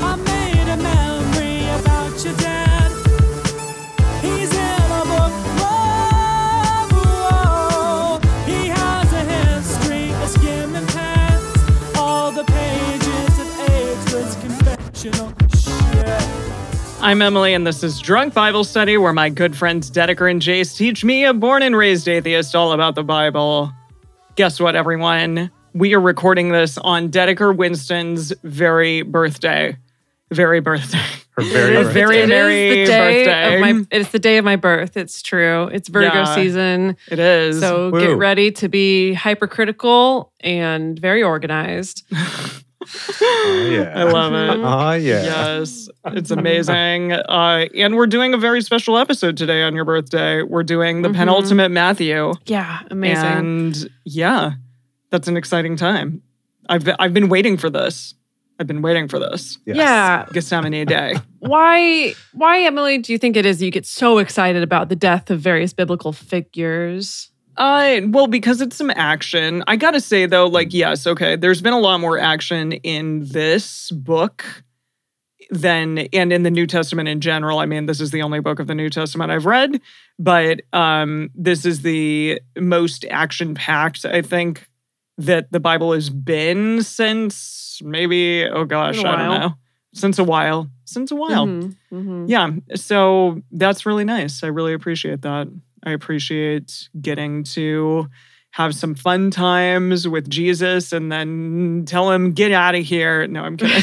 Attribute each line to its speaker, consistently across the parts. Speaker 1: I made a memory about your dad. He's in a book. Whoa, whoa. He has a history of skimming past all the pages of ageless confessional shit.
Speaker 2: I'm Emily, and this is Drunk Bible Study, where my good friends Dedeker and Jace teach me, a born and raised atheist, all about the Bible. Guess what, everyone? We are recording this on Dedeker Winston's very birthday. Very birthday.
Speaker 3: Her very
Speaker 2: A
Speaker 3: own-
Speaker 2: very-
Speaker 4: It is
Speaker 2: merry
Speaker 4: the day
Speaker 2: birthday.
Speaker 4: Of my, it's the day of my birth. It's true. It's Virgo
Speaker 2: Yeah.
Speaker 4: season.
Speaker 2: It is.
Speaker 4: So
Speaker 3: Woo.
Speaker 4: get ready to be hypercritical and very organized.
Speaker 2: I love it.
Speaker 5: Ah, yeah.
Speaker 2: Yes, it's amazing. Uh, and we're doing a very special episode today on your birthday. We're doing the
Speaker 5: Mm-hmm.
Speaker 4: Mhm.
Speaker 2: penultimate Matthew.
Speaker 4: Yeah, amazing.
Speaker 2: And yeah, that's an exciting time. I've been, I've been waiting for this. I've been waiting for this.
Speaker 5: Yes.
Speaker 4: Yeah.
Speaker 2: Gethsemane Day.
Speaker 4: Why why Emily do you think it is you get so excited about the death of various biblical figures?
Speaker 2: Uh, well, because it's some action. I gotta say though,
Speaker 4: Mm-hmm.
Speaker 2: like yes, okay, there's been a lot more action in this book than and in the New Testament in general. I mean, this is the only book of the New Testament I've read, but um, this is the most action packed. I think that the Bible has been since maybe oh gosh,
Speaker 4: Been a
Speaker 2: I don't
Speaker 4: while.
Speaker 2: know, since a while, since a while.
Speaker 4: Mhm, mhm.
Speaker 2: Yeah. So that's really nice. I really appreciate that. I appreciate getting to have some fun times with Jesus and then tell him, get out of here. No, I'm kidding.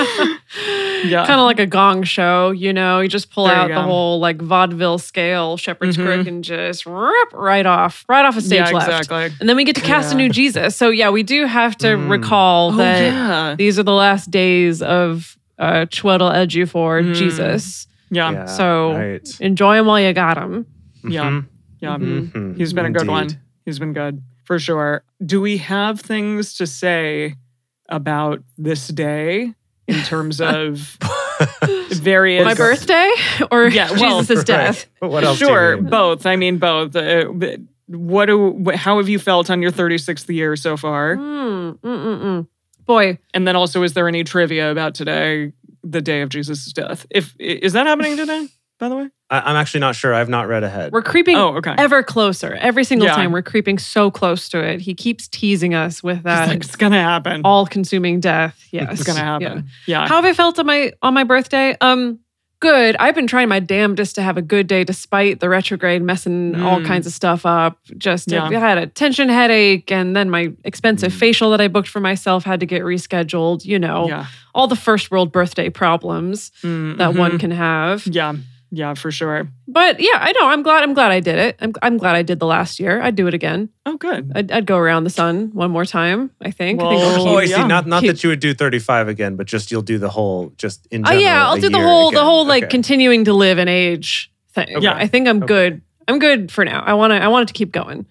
Speaker 4: It's kind of like a gong show, you know. You just pull
Speaker 2: There you
Speaker 4: out
Speaker 2: go.
Speaker 4: the whole like vaudeville scale, shepherd's
Speaker 2: Mhm.
Speaker 4: crook, and just rip right off, right off a stage
Speaker 2: yeah,
Speaker 4: left.
Speaker 2: exactly.
Speaker 4: And then we get to cast
Speaker 2: Yeah.
Speaker 4: a new Jesus. So yeah, we do have to
Speaker 5: Mm.
Speaker 4: recall
Speaker 2: Oh,
Speaker 4: that
Speaker 2: yeah.
Speaker 4: these are the last days of uh, Chwetel Edu for
Speaker 2: Mm.
Speaker 4: Jesus.
Speaker 2: Yeah. Yeah.
Speaker 4: so-
Speaker 5: right.
Speaker 4: Enjoy them while you got them.
Speaker 2: Yeah.
Speaker 4: Mhm.
Speaker 5: Mhm.
Speaker 2: He's been a good one.
Speaker 5: Indeed.
Speaker 2: He's been good for sure. Do we have things to say about this day in terms of various.
Speaker 4: My birthday or
Speaker 2: Yeah, well,
Speaker 4: Jesus' death?
Speaker 5: Right. What else? do you
Speaker 2: sure,
Speaker 5: need?
Speaker 2: both. I mean, both. Uh, but what do? wh- How have you felt on your 36th year so far?
Speaker 4: Mm, mm, mm, mm. Boy,
Speaker 2: And then also, is there any trivia about today, the day of Jesus' death? If i- is that happening today? By the way.
Speaker 5: I, I'm actually not sure. I've not read ahead.
Speaker 4: we're creeping
Speaker 2: Oh, okay.
Speaker 4: ever closer. Every single
Speaker 2: Yeah.
Speaker 4: time we're creeping so close to it. He keeps teasing us with
Speaker 2: It's,
Speaker 4: that
Speaker 2: like, it's gonna happen.
Speaker 4: all consuming death. Yes.
Speaker 2: it's gonna
Speaker 4: Yeah.
Speaker 2: happen. Yeah.
Speaker 4: How have I felt on my on my birthday? Um, good. I've been trying my damnedest to have a good day despite the retrograde messing all
Speaker 2: Mm.
Speaker 4: kinds of stuff up. Just
Speaker 2: Yeah. Hmm.
Speaker 4: I had a tension headache, and then my expensive
Speaker 5: Mm.
Speaker 4: facial that I booked for myself had to get rescheduled. You know,
Speaker 2: Yeah.
Speaker 4: all the first world birthday problems
Speaker 2: Mm,
Speaker 4: that one
Speaker 2: mhm.
Speaker 4: can have.
Speaker 2: Yeah. Yeah, for sure.
Speaker 4: But yeah, I know. I'm glad. I'm glad I did it. I'm, I'm glad I did the last year. I'd do it again.
Speaker 2: Oh, good.
Speaker 4: I'd, I'd go around the sun one more time. I think. I think I'll
Speaker 2: Well,
Speaker 4: keep-
Speaker 5: Oh, I see.
Speaker 2: Yeah.
Speaker 5: Not not
Speaker 4: Keep-
Speaker 5: that you would do 35 again, but just you'll do the whole just in
Speaker 4: Oh
Speaker 5: general.
Speaker 4: yeah, I'll
Speaker 5: a
Speaker 4: do the
Speaker 5: year
Speaker 4: whole the
Speaker 5: again.
Speaker 4: whole like
Speaker 5: Okay.
Speaker 4: continuing to live and age thing.
Speaker 5: Okay.
Speaker 4: Yeah, I think I'm
Speaker 5: Okay.
Speaker 4: good. I'm good for now. I want to I want it to keep going.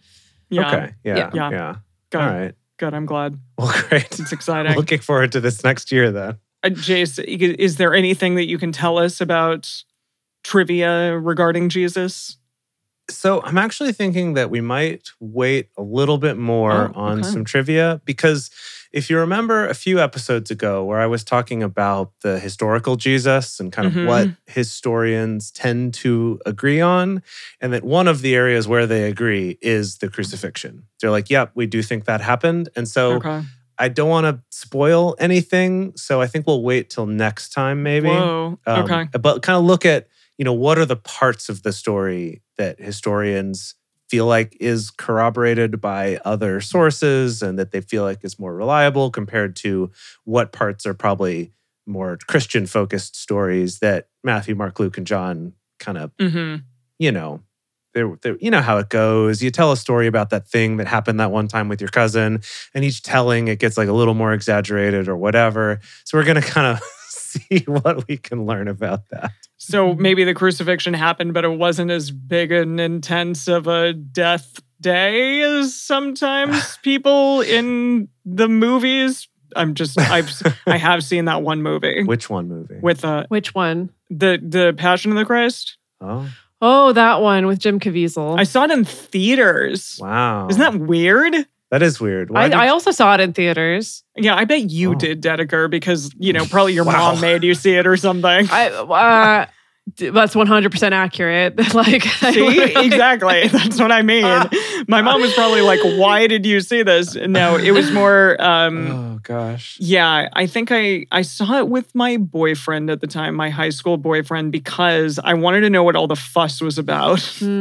Speaker 2: Yeah.
Speaker 5: Okay. Yeah.
Speaker 4: Yeah.
Speaker 5: Yeah.
Speaker 2: Yeah. Good.
Speaker 5: All right.
Speaker 2: Good. I'm glad.
Speaker 5: Well, great.
Speaker 2: It's exciting.
Speaker 5: Looking forward to this next year then.
Speaker 2: Uh, Jace, i- is there anything that you can tell us about trivia regarding Jesus?
Speaker 5: So I'm actually thinking that we might wait a little bit more
Speaker 2: Oh,
Speaker 5: on
Speaker 2: okay.
Speaker 5: some trivia because if you remember a few episodes ago where I was talking about the historical Jesus and kind
Speaker 2: Mhm.
Speaker 5: of what historians tend to agree on, and that one of the areas where they agree is the crucifixion. They're like, yep, we do think that happened. And so
Speaker 2: okay.
Speaker 5: I don't want to spoil anything. So I think we'll wait till next time, maybe.
Speaker 2: Whoa.
Speaker 5: Um,
Speaker 2: okay.
Speaker 5: But kind of look at, you know, what are the parts of the story that historians feel like is corroborated by other sources and that they feel like is more reliable compared to what parts are probably more Christian focused stories that Matthew, Mark, Luke, and John kind of,
Speaker 2: Mm-hmm.
Speaker 5: you know, they're, they're, you know how it goes. You tell a story about that thing that happened that one time with your cousin, and each telling it gets like a little more exaggerated or whatever. So we're going to kind of see what we can learn about that.
Speaker 2: So maybe the crucifixion happened, but it wasn't as big and intense of a death day as sometimes people in the movies. I'm just I've I have seen that one movie
Speaker 5: Which one movie?
Speaker 2: with uh
Speaker 4: Which one?
Speaker 2: the the Passion of the Christ.
Speaker 5: oh,
Speaker 4: Oh, that one with Jim Caviezel.
Speaker 2: I saw it in theaters.
Speaker 5: wow.
Speaker 2: Isn't that weird?
Speaker 5: that is weird. Why
Speaker 4: I,
Speaker 5: did-
Speaker 4: I also saw it in theaters.
Speaker 2: Yeah, I bet you
Speaker 5: Oh.
Speaker 2: did, Dedeker, because you know probably your
Speaker 5: Wow.
Speaker 2: mom made you see it or something.
Speaker 4: I uh, d- that's one hundred percent accurate. like I
Speaker 2: See,
Speaker 4: literally-
Speaker 2: exactly. That's what I mean.
Speaker 4: Ah.
Speaker 2: My mom was probably like, "Why did you see this?" No, it was more. Um,
Speaker 5: oh gosh.
Speaker 2: yeah, I think I I saw it with my boyfriend at the time, my high school boyfriend, because I wanted to know what all the fuss was about.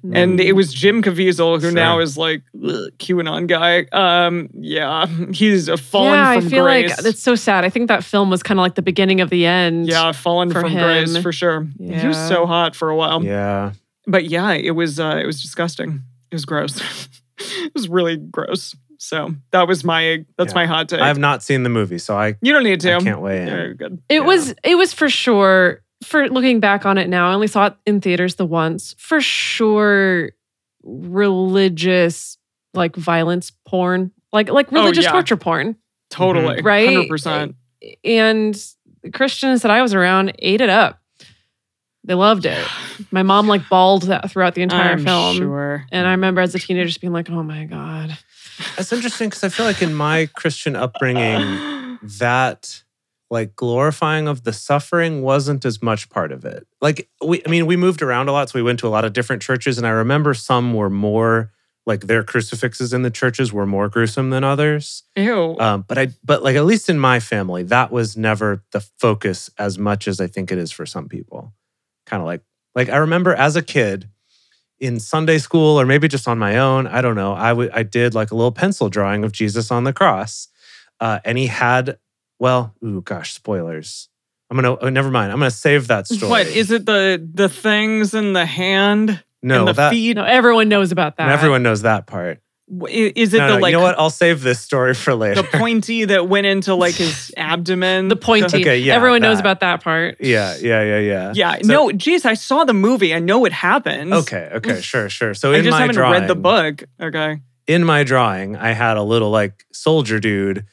Speaker 4: Hmm.
Speaker 2: And it was Jim Caviezel, who
Speaker 5: Sure.
Speaker 2: now is like ugh, QAnon guy. Um, yeah, he's a fallen
Speaker 4: yeah,
Speaker 2: from
Speaker 4: I feel
Speaker 2: grace.
Speaker 4: like it's so sad. I think that film was kind of like the beginning of the end.
Speaker 2: yeah, fallen
Speaker 4: for
Speaker 2: from grace
Speaker 4: him.
Speaker 2: for sure. He was
Speaker 4: Yeah.
Speaker 2: so hot for a while.
Speaker 5: yeah.
Speaker 2: but yeah, it was uh, it was disgusting. It was gross. it was really gross. So that was my that's
Speaker 5: Yeah.
Speaker 2: my hot take.
Speaker 5: I have not seen the movie, so I,
Speaker 2: you don't need to.
Speaker 5: I can't weigh in.
Speaker 2: Yeah, good.
Speaker 4: It
Speaker 5: Yeah.
Speaker 4: was it was for sure for looking back on it now, I only saw it in theaters the once. For sure religious like violence porn. Like like
Speaker 2: Oh,
Speaker 4: religious
Speaker 2: yeah.
Speaker 4: torture porn.
Speaker 2: Totally.
Speaker 5: Mm-hmm.
Speaker 4: Right?
Speaker 2: Hundred percent.
Speaker 4: And the Christians that I was around ate it up. They loved it. My mom like bawled that throughout the entire
Speaker 2: I'm
Speaker 4: film.
Speaker 2: Sure.
Speaker 4: And I remember as a teenager just being like, "Oh my god."
Speaker 5: That's interesting because I feel like in my Christian upbringing, that like glorifying of the suffering wasn't as much part of it. Like we, I mean, we moved around a lot, so we went to a lot of different churches, and I remember some were more like their crucifixes in the churches were more gruesome than others.
Speaker 2: Ew.
Speaker 5: Um, but I, but like at least in my family, that was never the focus as much as I think it is for some people. Kind of like, like I remember as a kid in Sunday school, or maybe just on my own, I don't know. I would, I did like a little pencil drawing of Jesus on the cross, uh, and he had, well, ooh, gosh, spoilers. I'm gonna, oh, never mind. I'm gonna save that story.
Speaker 2: what is it? The the things in the hand
Speaker 5: No,
Speaker 2: and the
Speaker 5: that
Speaker 2: feet.
Speaker 4: No, everyone knows about that.
Speaker 5: everyone knows that part.
Speaker 2: W- i- Is it
Speaker 5: No,
Speaker 2: the
Speaker 5: no,
Speaker 2: like
Speaker 5: you know what? I'll save this story for later.
Speaker 2: the pointy that went into like his abdomen?
Speaker 4: the pointy.
Speaker 5: Okay, yeah,
Speaker 4: everyone knows
Speaker 5: that.
Speaker 4: about that part.
Speaker 5: yeah, yeah, yeah, yeah.
Speaker 2: Yeah.
Speaker 5: So-
Speaker 2: no. Geez, I saw the movie. I know it happens.
Speaker 5: Okay, okay, sure, sure. So
Speaker 2: I
Speaker 5: in
Speaker 2: just
Speaker 5: my
Speaker 2: haven't
Speaker 5: drawing,
Speaker 2: read the book. Okay.
Speaker 5: in my drawing, I had a little like soldier dude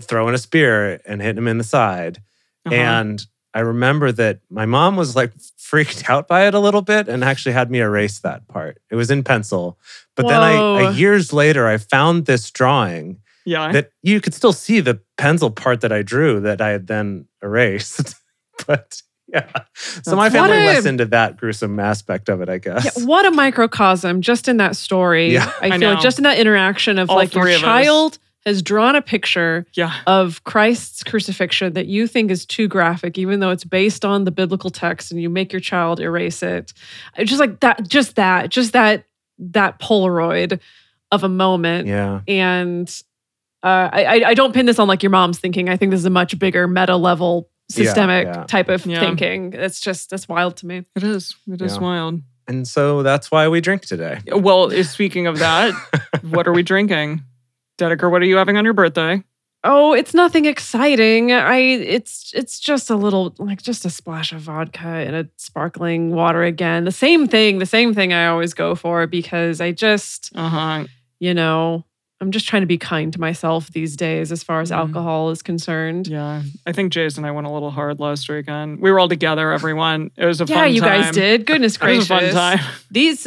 Speaker 5: throwing a spear and hitting him in the side.
Speaker 2: Uh-huh.
Speaker 5: And I remember that my mom was like freaked out by it a little bit and actually had me erase that part. It was in pencil. But then I,
Speaker 4: Whoa.
Speaker 5: I years later I found this drawing
Speaker 2: yeah.
Speaker 5: that you could still see the pencil part that I drew that I had then erased. but yeah. So my
Speaker 2: That's
Speaker 5: family
Speaker 4: funny.
Speaker 5: less into that gruesome aspect of it, I guess.
Speaker 4: Yeah, what a microcosm just in that story.
Speaker 5: Yeah.
Speaker 4: I,
Speaker 2: I
Speaker 4: feel
Speaker 2: know.
Speaker 4: like just in that interaction of
Speaker 2: All
Speaker 4: like your
Speaker 2: three of us.
Speaker 4: child has drawn a picture
Speaker 2: yeah.
Speaker 4: of Christ's crucifixion that you think is too graphic, even though it's based on the biblical text, and you make your child erase it. It's Just like that, just that, just that, that Polaroid of a moment.
Speaker 5: yeah.
Speaker 4: And uh, I, I- I don't pin this on like your mom's thinking. I think this is a much bigger meta level
Speaker 5: Yeah,
Speaker 4: systemic
Speaker 5: yeah.
Speaker 4: type of
Speaker 2: Yeah.
Speaker 4: thinking. That's just that's wild to me.
Speaker 2: It is. It is
Speaker 5: Yeah.
Speaker 2: wild.
Speaker 5: And so that's why we drink today.
Speaker 2: Well, is- speaking of that, what are we drinking? Dedeker, what are you having on your birthday?
Speaker 4: Oh, it's nothing exciting. I it's it's just a little like just a splash of vodka and a sparkling water again. The same thing, the same thing I always go for because I just,
Speaker 2: Uh huh.
Speaker 4: you know, I'm just trying to be kind to myself these days as far as
Speaker 2: Mhm.
Speaker 4: alcohol is concerned.
Speaker 2: Yeah. I think Jason and I went a little hard last weekend. We were all together, everyone. It was a
Speaker 4: Yeah,
Speaker 2: fun
Speaker 4: you
Speaker 2: time.
Speaker 4: guys did. Goodness
Speaker 2: It was a
Speaker 4: gracious.
Speaker 2: fun time.
Speaker 4: These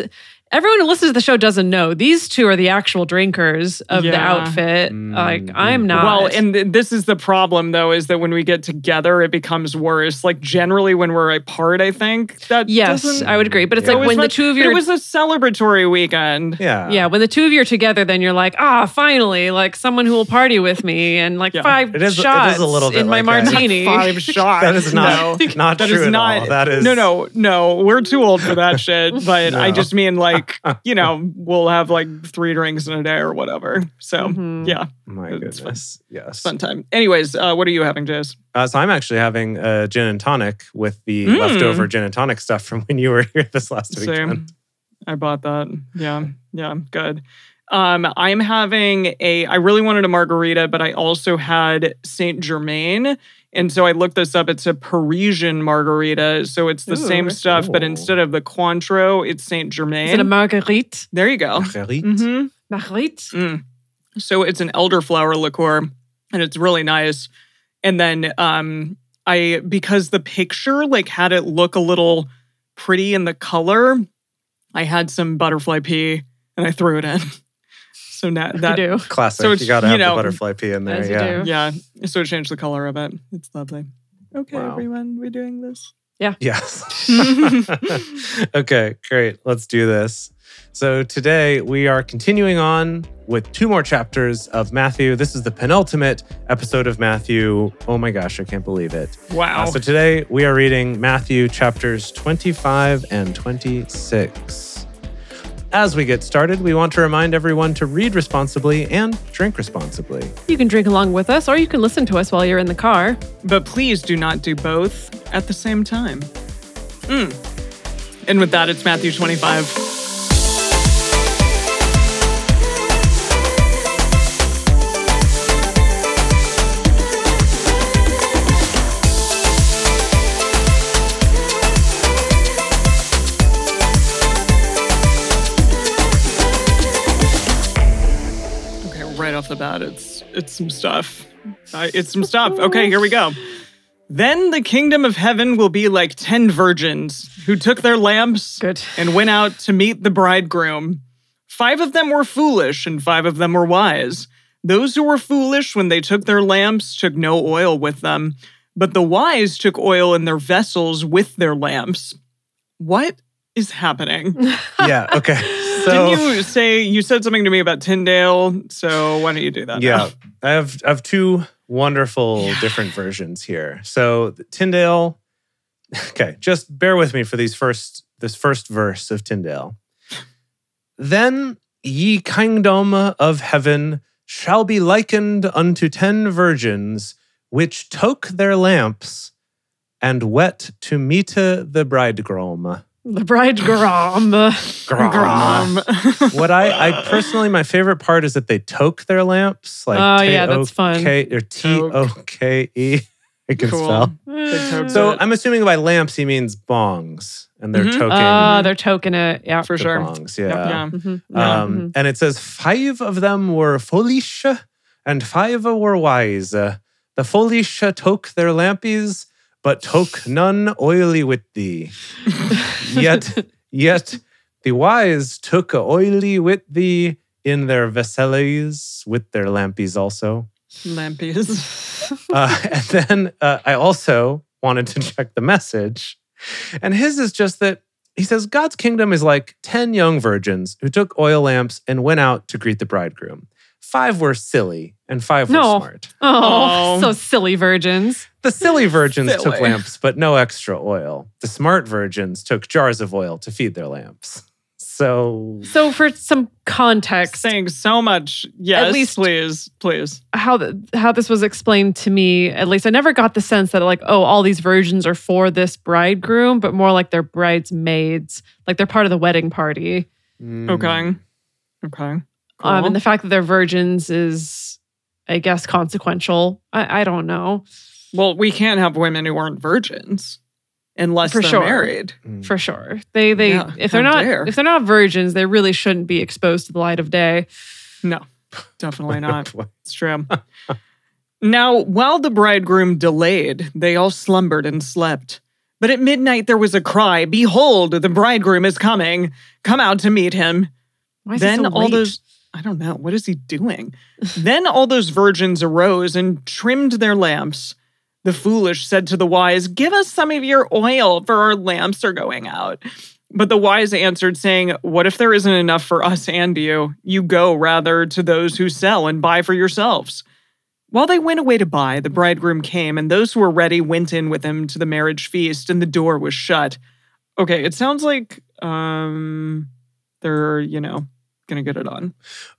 Speaker 4: everyone who listens to the show doesn't know. These two are the actual drinkers of the
Speaker 2: Yeah.
Speaker 4: outfit.
Speaker 5: Mm,
Speaker 4: Like
Speaker 5: mm.
Speaker 4: I'm not.
Speaker 2: Well, and th- this is the problem, though, is that when we get together, it becomes worse. Like, generally, when we're apart, I think that.
Speaker 4: yes,
Speaker 2: doesn't-
Speaker 4: I would agree. But it's
Speaker 5: It
Speaker 4: like
Speaker 2: was
Speaker 4: when the
Speaker 2: fun,
Speaker 4: two of
Speaker 2: but
Speaker 4: you
Speaker 2: It
Speaker 4: are
Speaker 2: was a celebratory weekend.
Speaker 5: Yeah.
Speaker 4: Yeah, when the two of you are together, then you're like, ah, finally, like someone who will party with me, and like
Speaker 2: Yeah.
Speaker 4: five
Speaker 5: It is- it is
Speaker 4: shots
Speaker 5: a little bit
Speaker 4: in my
Speaker 5: like that.
Speaker 4: martini.
Speaker 2: Five shots.
Speaker 5: That is not
Speaker 2: No.
Speaker 5: not
Speaker 2: That
Speaker 5: true
Speaker 2: is
Speaker 5: at
Speaker 2: not-
Speaker 5: all. That is
Speaker 2: No, no, no. We're too old for that shit. But I
Speaker 5: No.
Speaker 2: just mean like, you know, we'll have like three drinks in a day or whatever. So
Speaker 4: Mhm.
Speaker 2: yeah,
Speaker 5: My
Speaker 2: It's fun.
Speaker 5: goodness. Yes.
Speaker 2: fun time. Anyways, uh, what are you having, Jace?
Speaker 5: Uh, so I'm actually having a gin and tonic with the
Speaker 2: Mm.
Speaker 5: leftover gin and tonic stuff from when you were here this last
Speaker 2: Same.
Speaker 5: weekend.
Speaker 2: I bought that. Yeah, yeah, good. Um, I'm having a. I really wanted a margarita, but I also had Saint Germain And so I looked this up. It's a Parisian margarita. So it's the
Speaker 4: Ooh.
Speaker 2: same stuff, but
Speaker 5: Ooh.
Speaker 2: instead of the Cointreau, it's Saint Germain.
Speaker 4: Is it a marguerite?
Speaker 2: there you go.
Speaker 5: Marguerite.
Speaker 2: hmm
Speaker 4: Marguerite?
Speaker 2: Mm. So it's an elderflower liqueur, and it's really nice. And then um, I because the picture like had it look a little pretty in the color, I had some butterfly pea and I threw it in. So now
Speaker 4: I
Speaker 2: that
Speaker 4: do.
Speaker 5: Classic.
Speaker 2: So
Speaker 5: you
Speaker 2: it's-
Speaker 5: gotta
Speaker 2: you
Speaker 5: have
Speaker 2: know,
Speaker 5: the butterfly pea in there.
Speaker 4: as you
Speaker 5: yeah.
Speaker 4: do.
Speaker 2: yeah, so it changed the color of it. It's lovely. Okay,
Speaker 5: Wow.
Speaker 2: everyone, we're doing this.
Speaker 5: Yes. okay, great. Let's do this. So today we are continuing on with two more chapters of Matthew. This is the penultimate episode of Matthew. Oh my gosh, I can't believe it.
Speaker 2: Wow.
Speaker 5: Uh, so today we are reading Matthew chapters 25 and 26. As we get started, we want to remind everyone to read responsibly and drink responsibly.
Speaker 4: You can drink along with us or you can listen to us while you're in the car.
Speaker 2: But please do not do both at the same time. Mm. And with that, it's Matthew 25. Okay, right off the bat, it's it's some stuff. Uh, it's some stuff. Okay, here we go. Then the kingdom of heaven will be like ten virgins who took their lamps
Speaker 4: Good.
Speaker 2: and went out to meet the bridegroom. Five of them were foolish, and five of them were wise. Those who were foolish, when they took their lamps, took no oil with them, but the wise took oil in their vessels with their lamps. What is happening?
Speaker 5: yeah, okay. So
Speaker 2: Didn't you say you said something to me about Tyndale? So why don't you do that?
Speaker 5: yeah
Speaker 2: now?
Speaker 5: Uh, i have i have two wonderful
Speaker 2: Yeah.
Speaker 5: different versions here so the tyndale okay just bear with me for these first this first verse of tyndale then ye kingdom of heaven shall be likened unto ten virgins which took their lamps and went to meet the bridegroom
Speaker 4: The bridegroom.
Speaker 2: Grom.
Speaker 5: what I, I personally, my favorite part is that they toke their lamps. Like
Speaker 4: Oh, yeah, that's fun.
Speaker 5: T-O-K- Or T O K E. I can
Speaker 2: Cool.
Speaker 5: spell.
Speaker 2: toked
Speaker 5: So
Speaker 2: it.
Speaker 5: I'm assuming by lamps he means bongs, and they're
Speaker 2: Mhm.
Speaker 5: toking
Speaker 4: Ah, they're token it. Yeah.
Speaker 2: for
Speaker 5: the
Speaker 2: sure.
Speaker 5: bongs.
Speaker 2: Yeah.
Speaker 5: Yeah.
Speaker 4: Mhm. Yeah.
Speaker 5: Um,
Speaker 4: Mhm.
Speaker 5: And it says five of them were foolish, and five were wise. The foolish took their lampies, but took none oily with thee. Yet, yet the wise took oily with thee in their vessels with their lampies also.
Speaker 2: Lampies.
Speaker 5: Uh, and then uh, I also wanted to check the message. And his is just that he says God's kingdom is like 10 young virgins who took oil lamps and went out to greet the bridegroom. Five were silly and five were
Speaker 4: No.
Speaker 5: smart.
Speaker 4: Oh,
Speaker 5: um,
Speaker 2: Aw.
Speaker 4: so silly virgins.
Speaker 5: The silly virgins took
Speaker 2: Silly.
Speaker 5: lamps, but no extra oil. The smart virgins took jars of oil to feed their lamps. So,
Speaker 4: So, for some context,
Speaker 2: saying so much. Yes,
Speaker 4: least-
Speaker 2: please, please.
Speaker 4: how th- how this was explained to me, at least I never got the sense that like, oh, all these virgins are for this bridegroom, but more like they're bridesmaids, like they're part of the wedding party.
Speaker 5: Hmm. mm,
Speaker 2: Okay. Okay.
Speaker 4: Um,
Speaker 2: Cool.
Speaker 4: and the fact that they're virgins is, I guess, consequential. I, I don't know
Speaker 2: Well, we can't have women who aren't virgins unless
Speaker 4: For
Speaker 2: they're
Speaker 4: sure.
Speaker 2: married.
Speaker 5: Mm.
Speaker 4: for sure. They they
Speaker 2: Yeah,
Speaker 4: if they're
Speaker 2: how
Speaker 4: not
Speaker 2: dare.
Speaker 4: if they're not virgins, they really shouldn't be exposed to the light of day.
Speaker 2: No, definitely not. It's true. now, while the bridegroom delayed, they all slumbered and slept. But at midnight there was a cry, Behold, the bridegroom is coming. Come out to meet him.
Speaker 4: Why is it
Speaker 2: then
Speaker 4: so
Speaker 2: all
Speaker 4: late?
Speaker 2: those I don't know what is he doing. then all those virgins arose and trimmed their lamps. The foolish said to the wise, "Give us some of your oil, for our lamps are going out." But the wise answered, saying, "What if there isn't enough for us and you? You go rather to those who sell and buy for yourselves." While they went away to buy, the bridegroom came, and those who were ready went in with him to the marriage feast, and the door was shut. Okay, it sounds like um they're, you know, gonna get it on.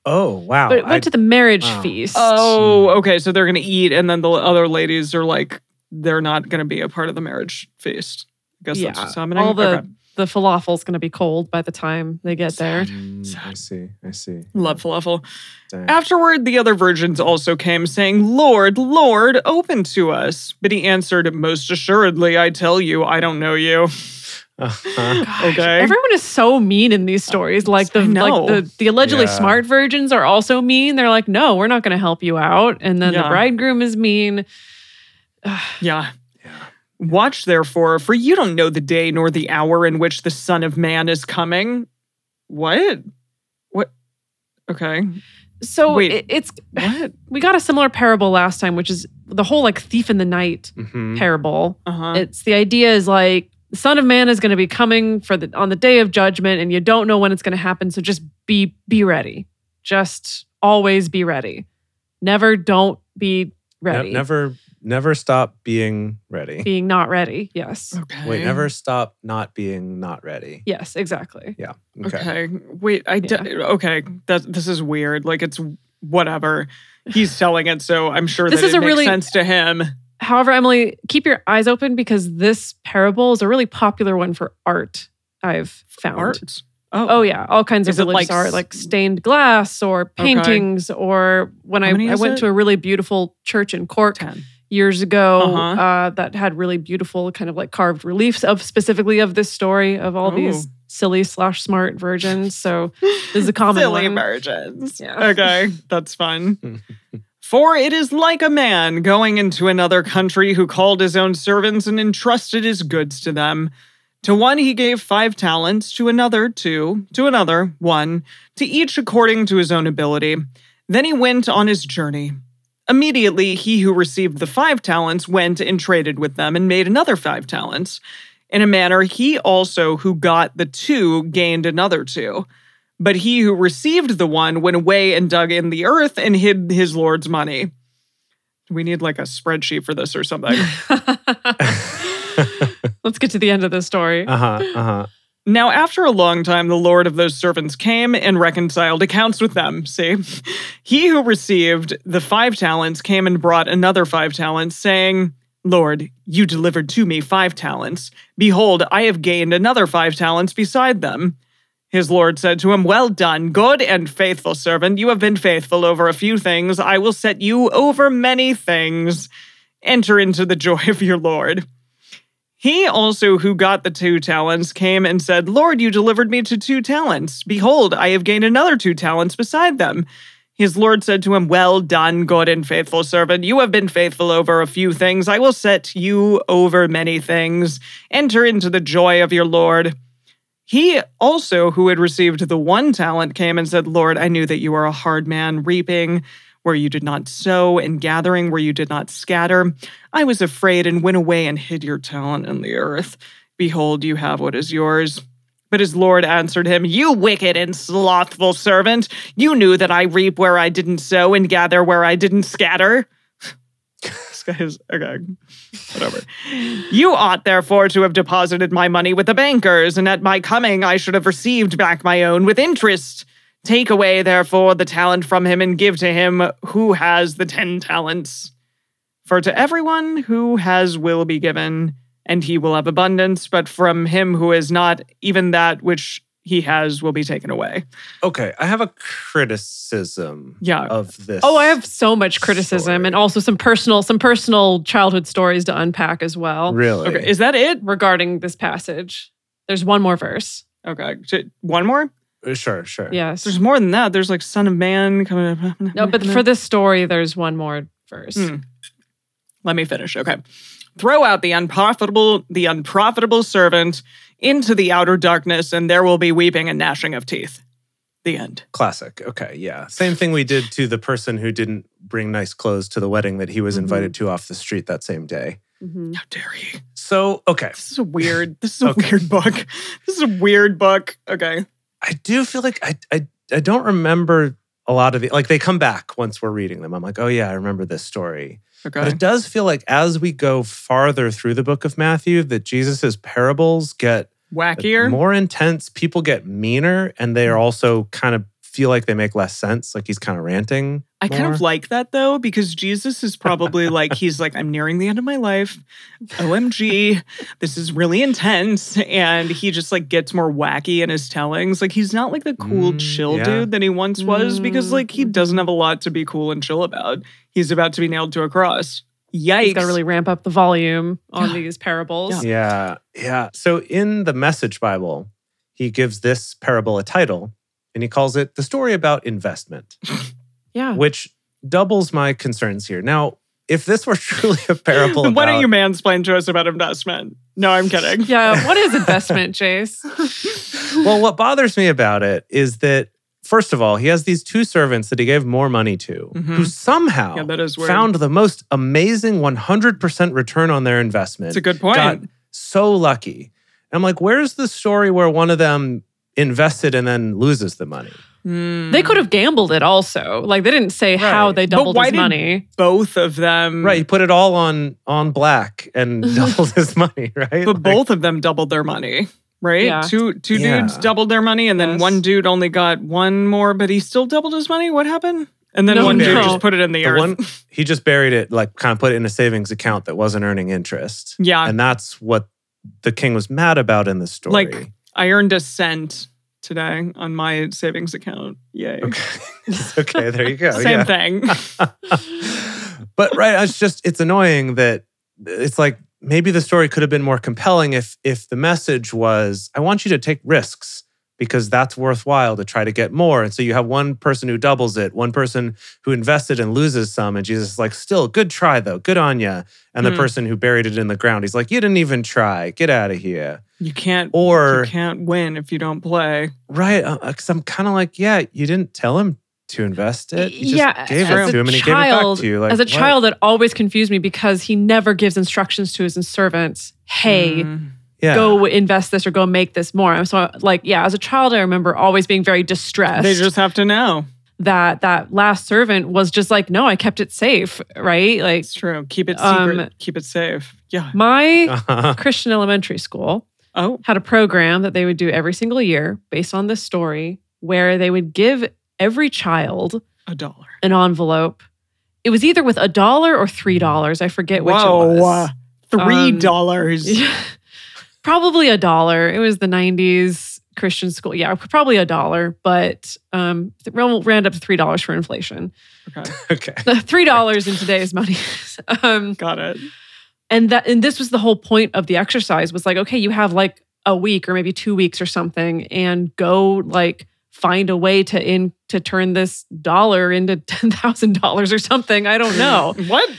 Speaker 5: Oh, wow.
Speaker 4: but it
Speaker 5: I-
Speaker 4: went to the marriage
Speaker 5: wow.
Speaker 4: feast.
Speaker 2: Oh, okay. So they're gonna eat, and then the other ladies are like, they're not gonna be a part of the marriage feast. I guess
Speaker 4: yeah.
Speaker 2: that's what's happening.
Speaker 4: all the
Speaker 2: Okay.
Speaker 4: the falafel's going to be cold by the time they get there.
Speaker 5: Mm, I see. I see.
Speaker 2: Love falafel.
Speaker 5: Dang.
Speaker 2: Afterward, the other virgins also came, saying, Lord, Lord, open to us. But he answered, Most assuredly, I tell you, I don't know you.
Speaker 5: Uh-huh.
Speaker 4: Gosh,
Speaker 2: Oh, Okay.
Speaker 4: Everyone is so mean in these stories. Like the
Speaker 2: I know.
Speaker 4: like the, the allegedly
Speaker 5: Yeah.
Speaker 4: smart virgins are also mean. They're like, no, we're not going to help you out. And then
Speaker 2: Yeah.
Speaker 4: the bridegroom is mean.
Speaker 2: Yeah.
Speaker 5: Yeah.
Speaker 2: Watch therefore, for you don't know the day nor the hour in which the Son of Man is coming. What? What? Okay.
Speaker 4: So
Speaker 2: Wait.
Speaker 4: it- it's
Speaker 2: What?
Speaker 4: we got a similar parable last time, which is the whole like thief in the night
Speaker 5: Mhm.
Speaker 4: parable.
Speaker 2: Uh huh.
Speaker 4: It's the idea is like the Son of Man is going to be coming for the on the day of judgment, and you don't know when it's going to happen. So just be be ready. Just always be ready. Never don't be
Speaker 5: Ne-
Speaker 4: ready.
Speaker 5: never, never stop being ready.
Speaker 4: being not ready. Yes.
Speaker 2: Okay.
Speaker 5: Wait, never stop not being not ready.
Speaker 4: Yes, exactly.
Speaker 5: Okay.
Speaker 2: Okay. Wait, I d- okay. That this is weird. Like it's whatever. He's selling it, so I'm sure
Speaker 4: This
Speaker 2: that
Speaker 4: is
Speaker 2: it
Speaker 4: a
Speaker 2: makes
Speaker 4: really-
Speaker 2: sense to him.
Speaker 4: However, Emily, keep your eyes open because this parable is a really popular one for art. I've found.
Speaker 2: Art.
Speaker 4: Oh yeah, all kinds
Speaker 2: Is it
Speaker 4: of religious
Speaker 2: like
Speaker 4: art,
Speaker 2: s-
Speaker 4: like stained glass or paintings, or when
Speaker 2: How
Speaker 4: I,
Speaker 2: many
Speaker 4: I
Speaker 2: is
Speaker 4: went
Speaker 2: it?
Speaker 4: to a really beautiful church in Cork
Speaker 2: Ten.
Speaker 4: years ago
Speaker 2: Uh-huh.
Speaker 4: uh, that had really beautiful kind of like carved reliefs of specifically of this story of all these
Speaker 2: Ooh.
Speaker 4: silly slash smart virgins. So this is a common
Speaker 2: Silly
Speaker 4: one.
Speaker 2: virgins.
Speaker 4: Yeah.
Speaker 2: Okay, that's fun. For it is like a man going into another country who called his own servants and entrusted his goods to them. To one he gave five talents, to another two, to another one, to each according to his own ability. Then he went on his journey. Immediately, he who received the five talents went and traded with them and made another five talents. In a manner, he also who got the two gained another two. But he who received the one went away and dug in the earth and hid his Lord's money. We need like a spreadsheet for this or something.
Speaker 4: Let's get to the end of the story.
Speaker 5: Uh huh. Uh huh.
Speaker 2: now, after a long time, the Lord of those servants came and reconciled accounts with them. See, he who received the five talents came and brought another five talents, saying, Lord, you delivered to me five talents. Behold, I have gained another five talents beside them. His Lord said to him, Well done, good and faithful servant. You have been faithful over a few things. I will set you over many things. Enter into the joy of your Lord. He also, who got the two talents, came and said, Lord, you delivered me to two talents. Behold, I have gained another two talents beside them. His Lord said to him, Well done, good and faithful servant. You have been faithful over a few things. I will set you over many things. Enter into the joy of your Lord. He also, who had received the one talent, came and said, Lord, I knew that you are a hard man, reaping where you did not sow and gathering where you did not scatter. I was afraid and went away and hid your talent in the earth. Behold, you have what is yours. But his Lord answered him, You wicked and slothful servant, you knew that I reap where I didn't sow and gather where I didn't scatter. this guy is okay. Whatever. you ought therefore to have deposited my money with the bankers, and at my coming I should have received back my own with interest. Take away therefore the talent from him and give to him who has the ten talents. For to everyone who has will be given, and he will have abundance, but from him who is not, even that which he has will be taken away.
Speaker 5: Okay. I have a criticism
Speaker 2: Yeah.
Speaker 5: of this.
Speaker 4: Oh, I have so much criticism
Speaker 5: Story.
Speaker 4: and also some personal some personal childhood stories to unpack as well
Speaker 5: Really?
Speaker 2: Okay. Is that it?
Speaker 4: regarding this passage. There's one more verse.
Speaker 2: Okay. j- One more?
Speaker 5: Uh, sure. Sure.
Speaker 4: Yes.
Speaker 2: There's more than that. There's like Son of Man coming up.
Speaker 4: No, but
Speaker 2: Mm-hmm.
Speaker 4: for this story, there's one more verse.
Speaker 2: Hmm. Let me finish. Okay. Throw out the unprofitable, the unprofitable servant into the outer darkness, and there will be weeping and gnashing of teeth. The end.
Speaker 5: Classic. Okay. Yeah. Same thing we did to the person who didn't bring nice clothes to the wedding that he was
Speaker 4: Mhm.
Speaker 5: invited to off the street that same day.
Speaker 4: Mhm.
Speaker 2: How dare you?
Speaker 5: So, okay.
Speaker 2: This is a weird. This is a
Speaker 5: Okay.
Speaker 2: weird book. This is a weird book. Okay.
Speaker 5: I do feel like I, I, I don't remember a lot of the, like, they come back once we're reading them. I'm like, oh, yeah, I remember this story. But
Speaker 2: Okay.
Speaker 5: it does feel like as we go farther through the book of Matthew, that Jesus's parables get
Speaker 2: Wackier.
Speaker 5: more intense, people get meaner, and they are also kind of feel like they make less sense. Like he's kind of ranting.
Speaker 2: I kind
Speaker 5: more.
Speaker 2: of like that though, because Jesus is probably like, he's like, I'm nearing the end of my life. OMG, this is really intense. And he just like gets more wacky in his tellings. Like he's not like the cool,
Speaker 5: Mm,
Speaker 2: chill
Speaker 5: yeah.
Speaker 2: dude that he once was, because
Speaker 4: Mm,
Speaker 2: like he doesn't have a lot to be cool and chill about. He's about to be nailed to a cross. Yikes.
Speaker 4: He's got to really ramp up the volume on
Speaker 2: Yeah.
Speaker 4: these parables.
Speaker 5: Yeah. Yeah. So in the Message Bible, he gives this parable a title and he calls it The Story About Investment,
Speaker 4: Yeah.
Speaker 5: which doubles my concerns here. Now, if this were truly a parable,
Speaker 2: Why don't
Speaker 5: about-
Speaker 2: you mansplain to us about investment? No, I'm kidding.
Speaker 4: Yeah. What is investment,
Speaker 5: Hmm.
Speaker 4: Jace?
Speaker 5: well, what bothers me about it is that, first of all, he has these two servants that he gave more money to who
Speaker 2: Mhm.
Speaker 5: somehow
Speaker 2: Yeah, that is weird.
Speaker 5: found the most amazing 100% return on their investment.
Speaker 2: It's a good point.
Speaker 5: Got so lucky. And I'm like, where's the story where one of them invested and then loses the money?
Speaker 2: Hmm.
Speaker 4: they could have gambled it also. Like they didn't say how
Speaker 5: Right.
Speaker 4: they
Speaker 2: But
Speaker 4: doubled
Speaker 2: why
Speaker 4: his
Speaker 2: did-
Speaker 4: money.
Speaker 2: both of them.
Speaker 5: Right. He put it all on on black and doubled his money, right?
Speaker 2: But
Speaker 5: Like,
Speaker 2: both of them doubled their money, right?
Speaker 4: Yeah.
Speaker 2: Two two
Speaker 5: Yeah.
Speaker 2: dudes doubled their money, and then
Speaker 4: Yes.
Speaker 2: one dude only got one more, but he still doubled his money. What happened? And then
Speaker 4: No,
Speaker 2: one dude
Speaker 5: no.
Speaker 2: just put it in the,
Speaker 5: the
Speaker 2: earth.
Speaker 5: one he just buried it, like kind of put it in a savings account that wasn't earning interest.
Speaker 2: yeah,
Speaker 5: And that's what the king was mad about in the story.
Speaker 2: Like- I earned a cent today on my savings account. Yay!
Speaker 5: okay. okay, there you go.
Speaker 2: Same
Speaker 5: yeah.
Speaker 2: thing.
Speaker 5: but right, it's just it's annoying that it's like maybe the story could have been more compelling if if the message was I want you to take risks because that's worthwhile to try to get more. And so you have one person who doubles it, one person who invested and loses some, and Jesus is like, still good try though, good on ya. And the
Speaker 2: Hmm.
Speaker 5: person who buried it in the ground, he's like, you didn't even try, get out of here.
Speaker 2: You can't
Speaker 5: Or
Speaker 2: you can't win if you don't play.
Speaker 5: right, because I'm kind of like, yeah, you didn't tell him to invest it. You just
Speaker 4: Yeah,
Speaker 5: gave
Speaker 4: as
Speaker 5: it
Speaker 4: a
Speaker 5: to him and he gave it back
Speaker 4: child-
Speaker 5: to you. Like,
Speaker 4: As a
Speaker 5: what?
Speaker 4: child, that always confused me because he never gives instructions to his servants.
Speaker 5: Hmm.
Speaker 4: Hey,
Speaker 2: Mm.
Speaker 5: yeah.
Speaker 4: go invest this or go make this more. And so, like, yeah, as a child, I remember always being very distressed
Speaker 2: they just have to know.
Speaker 4: that that last servant was just like, no, I kept it safe, right? Like,
Speaker 2: It's true. Keep it secret.
Speaker 4: Um,
Speaker 2: Keep it safe. Yeah.
Speaker 4: my
Speaker 5: Uh-huh.
Speaker 4: Christian elementary school
Speaker 2: Oh.
Speaker 4: had a program that they would do every single year based on this story where they would give every child
Speaker 2: A dollar.
Speaker 4: an envelope. It was either with a dollar or three dollars. I forget which it
Speaker 2: uh,
Speaker 4: was.
Speaker 2: Three
Speaker 4: Um,
Speaker 2: dollars.
Speaker 4: probably a dollar. It was the 90s Christian school. Yeah, probably a dollar, but um, th- we'll round up to $3 for inflation.
Speaker 2: Okay.
Speaker 5: Okay.
Speaker 4: The $3 in today's money. um,
Speaker 2: Got it.
Speaker 4: and that and this was the whole point of the exercise was like, okay, you have like a week or maybe two weeks or something and go like find a way to in to turn this dollar into $10,000 or something. I don't know.
Speaker 2: What?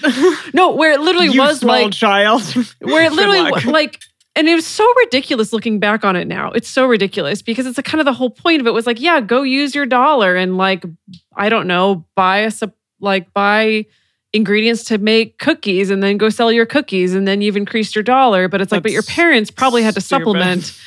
Speaker 4: No, where it literally
Speaker 2: you
Speaker 4: was
Speaker 2: small
Speaker 4: like
Speaker 2: child.
Speaker 4: where it
Speaker 2: Good
Speaker 4: literally
Speaker 2: luck.
Speaker 4: wa- like and it was so ridiculous looking back on it now it's so ridiculous because it's a, kind of the whole point of it was like yeah go use your dollar and like i don't know buy a sup- like buy ingredients to make cookies and then go sell your cookies and then you've increased your dollar but it's like but your
Speaker 2: That's
Speaker 4: parents probably had to
Speaker 2: stupid.
Speaker 4: supplement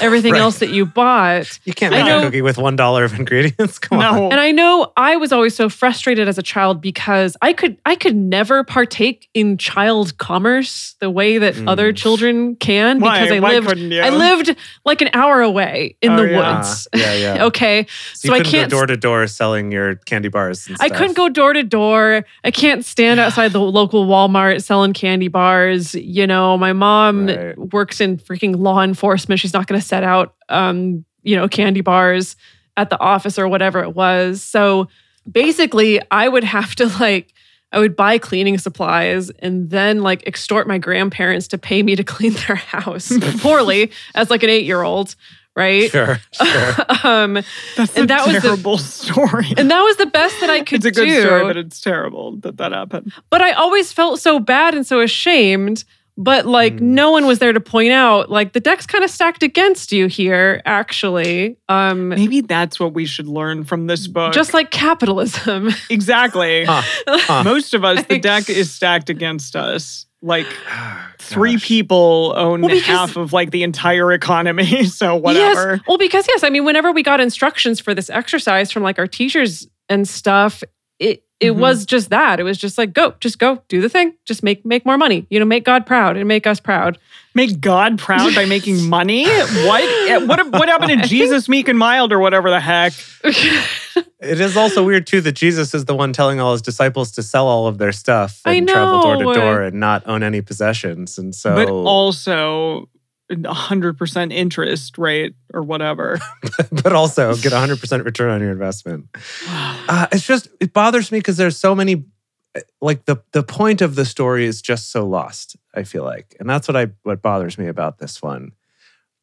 Speaker 4: everything
Speaker 5: Right.
Speaker 4: else that you bought
Speaker 5: You can't
Speaker 4: I
Speaker 5: make a
Speaker 4: know-
Speaker 5: cookie with one dollar of ingredients. Come on.
Speaker 2: no.
Speaker 4: and i know i was always so frustrated as a child because i could i could never partake in child commerce the way that
Speaker 5: Mm.
Speaker 4: other children can
Speaker 2: why?
Speaker 4: because i
Speaker 2: why
Speaker 4: lived
Speaker 2: couldn't you?
Speaker 4: I lived like an hour away in
Speaker 2: Oh,
Speaker 4: the
Speaker 2: yeah.
Speaker 5: Ah,
Speaker 4: woods.
Speaker 5: yeah, yeah.
Speaker 4: Okay.
Speaker 5: you
Speaker 4: so I
Speaker 5: couldn't
Speaker 4: can't-
Speaker 5: go door to door selling your candy bars. And
Speaker 4: I
Speaker 5: stuff.
Speaker 4: couldn't go door to door. I can't stand outside the local Walmart selling candy bars. You know, my mom
Speaker 5: Right.
Speaker 4: works in freaking law enforcement. She's not going to set out, um, you know, candy bars at the office or whatever it was. So basically, I would have to like, I would buy cleaning supplies and then like extort my grandparents to pay me to clean their house poorly as like an eight year old, right?
Speaker 5: Sure, sure.
Speaker 4: um,
Speaker 2: That's
Speaker 4: and
Speaker 2: a
Speaker 4: that was the-
Speaker 2: terrible story.
Speaker 4: and that was the best that I could
Speaker 2: it's a good
Speaker 4: do.
Speaker 2: story, but
Speaker 4: but,
Speaker 2: it's terrible that that happened.
Speaker 4: I always felt so bad and so ashamed. But like
Speaker 5: Mm.
Speaker 4: no one was there to point out, like the deck's kind of stacked against you here, actually. Um,
Speaker 2: Maybe that's what we should learn from this book.
Speaker 4: just like capitalism.
Speaker 2: exactly.
Speaker 5: Huh. Huh.
Speaker 2: Most of us, the
Speaker 4: Like-
Speaker 2: deck is stacked against us. Like three
Speaker 5: Gosh.
Speaker 2: people own
Speaker 4: Well, because-
Speaker 2: half of like the entire economy. So whatever.
Speaker 4: Yes. Well, because yes, I mean, whenever we got instructions for this exercise from like our teachers and stuff, it it
Speaker 5: Mm-hmm.
Speaker 2: Mhm.
Speaker 4: was just that. It was just like go, just go, do the thing, just make make more money. You know, make God proud and make us proud.
Speaker 2: Make God proud by Eh, making money. what? What? What happened to Jesus, meek and mild, or whatever the heck?
Speaker 5: It is also weird too that Jesus is the one telling all his disciples to sell all of their stuff
Speaker 4: I
Speaker 5: and travel door
Speaker 4: know.
Speaker 5: to door and not own any possessions. And so
Speaker 2: but also 100% interest rate or whatever.
Speaker 5: but also get 100% return on your investment. Uh, it's just it bothers me because there's so many eh, like the the point of the story is just so lost. I feel like, and that's what I what bothers me about this one.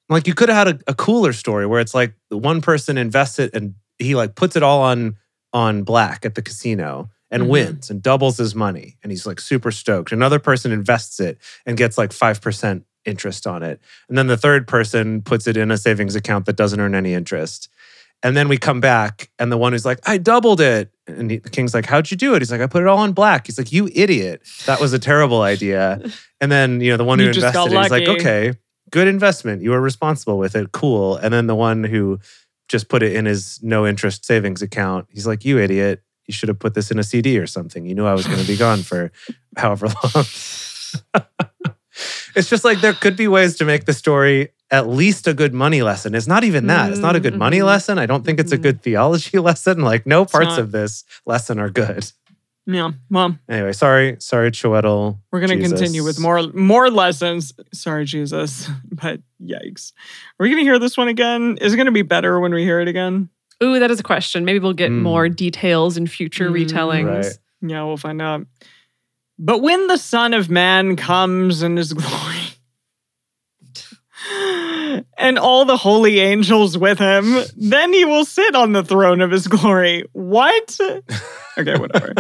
Speaker 5: Like you could have had a, a cooler story where it's like the one person invests it and he like puts it all on on black at the casino and
Speaker 4: Mhm.
Speaker 5: wins and doubles his money and he's like super stoked. Another person invests it and gets like five percent interest on it. And then the third person puts it in a savings account that doesn't earn any interest. And then we come back, and the one who's like, I doubled it. And he, the king's like, How'd you do it? He's like, I put it all on black. He's like, You idiot. That was a terrible idea. And then, you know, the one
Speaker 2: You
Speaker 5: who
Speaker 2: just got
Speaker 5: invested it, he's like,
Speaker 2: lucky.
Speaker 5: Okay, good investment. You were responsible with it. Cool. And then the one who just put it in his no interest savings account, he's like, You idiot. You should have put this in a CD or something. You knew I was going to be gone for however long. it's just like there could be ways to make the story at least a good money lesson. It's not even that. It's not a good money
Speaker 2: Mm-hmm.
Speaker 4: Mhm.
Speaker 5: lesson. I don't think it's a
Speaker 4: Mhm.
Speaker 5: good theology lesson. Like no
Speaker 2: It's
Speaker 5: parts
Speaker 2: not.
Speaker 5: of this lesson are good.
Speaker 2: Yeah. Well,
Speaker 5: Anyway, sorry, sorry, Chiwetel.
Speaker 2: we're going to
Speaker 5: Jesus.
Speaker 2: continue with more more lessons. Sorry, Jesus, but yikes. Are we going to hear this one again? Is it going to be better when we hear it again?
Speaker 4: Ooh, that is a question. Maybe we'll get
Speaker 5: Mm.
Speaker 4: more details in future
Speaker 2: Mm,
Speaker 4: retellings.
Speaker 5: Hmm, Right.
Speaker 2: Yeah, we'll find out. But when the Son of Man comes in his glory, and all the holy angels with him, then he will sit on the throne of his glory. What? Okay, whatever.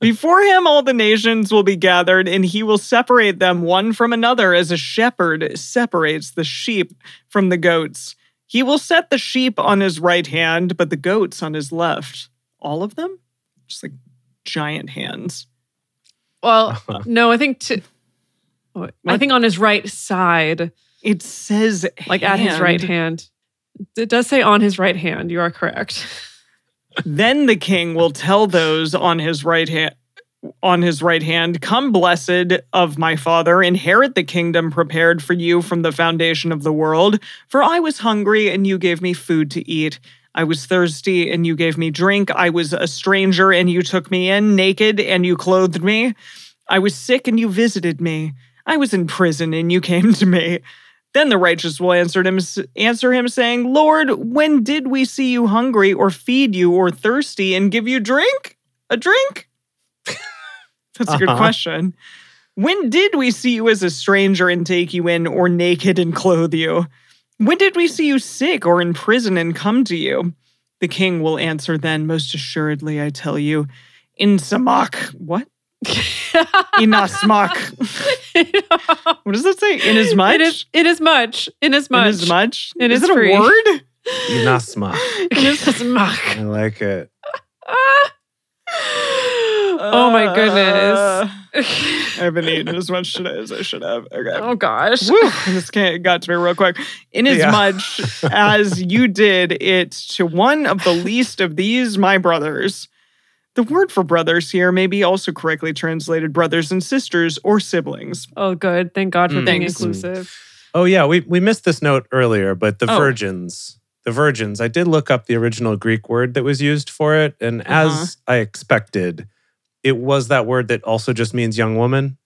Speaker 2: Before him, all the nations will be gathered, and he will separate them one from another as a shepherd separates the sheep from the goats. He will set the sheep on his right hand, but the goats on his left. All of them? Just like giant hands.
Speaker 4: Well, no, I think to. what? I
Speaker 2: What?
Speaker 4: think on his right side,
Speaker 2: It says
Speaker 4: like at his right hand. It does say on his right hand. You are correct.
Speaker 2: Then the king will tell those on his right hand on his right hand, come blessed of my father, inherit the kingdom prepared for you from the foundation of the world. For I was hungry and you gave me food to eat. I was thirsty and you gave me drink. I was a stranger and you took me in, naked and you clothed me. I was sick and you visited me. I was in prison and you came to me. Then the righteous will answer him, answer him, saying, Lord, when did we see you hungry or feed you or thirsty and give you drink? A drink? That's a good
Speaker 5: Uh-huh.
Speaker 2: question. When did we see you as a stranger and take you in or naked and clothe you? When did we see you sick or in prison and come to you? The king will answer then, most assuredly, I tell you, in Samak. What? In Asmak. What does that say? In as much?
Speaker 4: It is, it is much. It is much.
Speaker 2: In as much?
Speaker 4: It
Speaker 2: is
Speaker 4: is
Speaker 2: it
Speaker 4: free.
Speaker 2: a word?
Speaker 5: Inasma.
Speaker 4: It is
Speaker 5: I
Speaker 4: much.
Speaker 5: like it.
Speaker 4: Ah. oh my
Speaker 2: Uh,
Speaker 4: goodness.
Speaker 2: I haven't eaten as much today as I should have. Okay.
Speaker 4: oh gosh.
Speaker 2: Uh, Woo, this can't got to me real quick. In as
Speaker 5: Yeah.
Speaker 2: much as you did it to one of the least of these, my brothers. The word for brothers here may be also correctly translated brothers and sisters or siblings.
Speaker 4: Oh good. Thank God for
Speaker 5: Mm.
Speaker 4: being
Speaker 2: Thanks.
Speaker 4: inclusive.
Speaker 5: Oh yeah, we we missed this note earlier, but the
Speaker 2: Oh.
Speaker 5: virgins, the virgins. I did look up the original Greek word that was used for it, and
Speaker 2: Uh-huh.
Speaker 5: as I expected, it was that word that also just means young woman.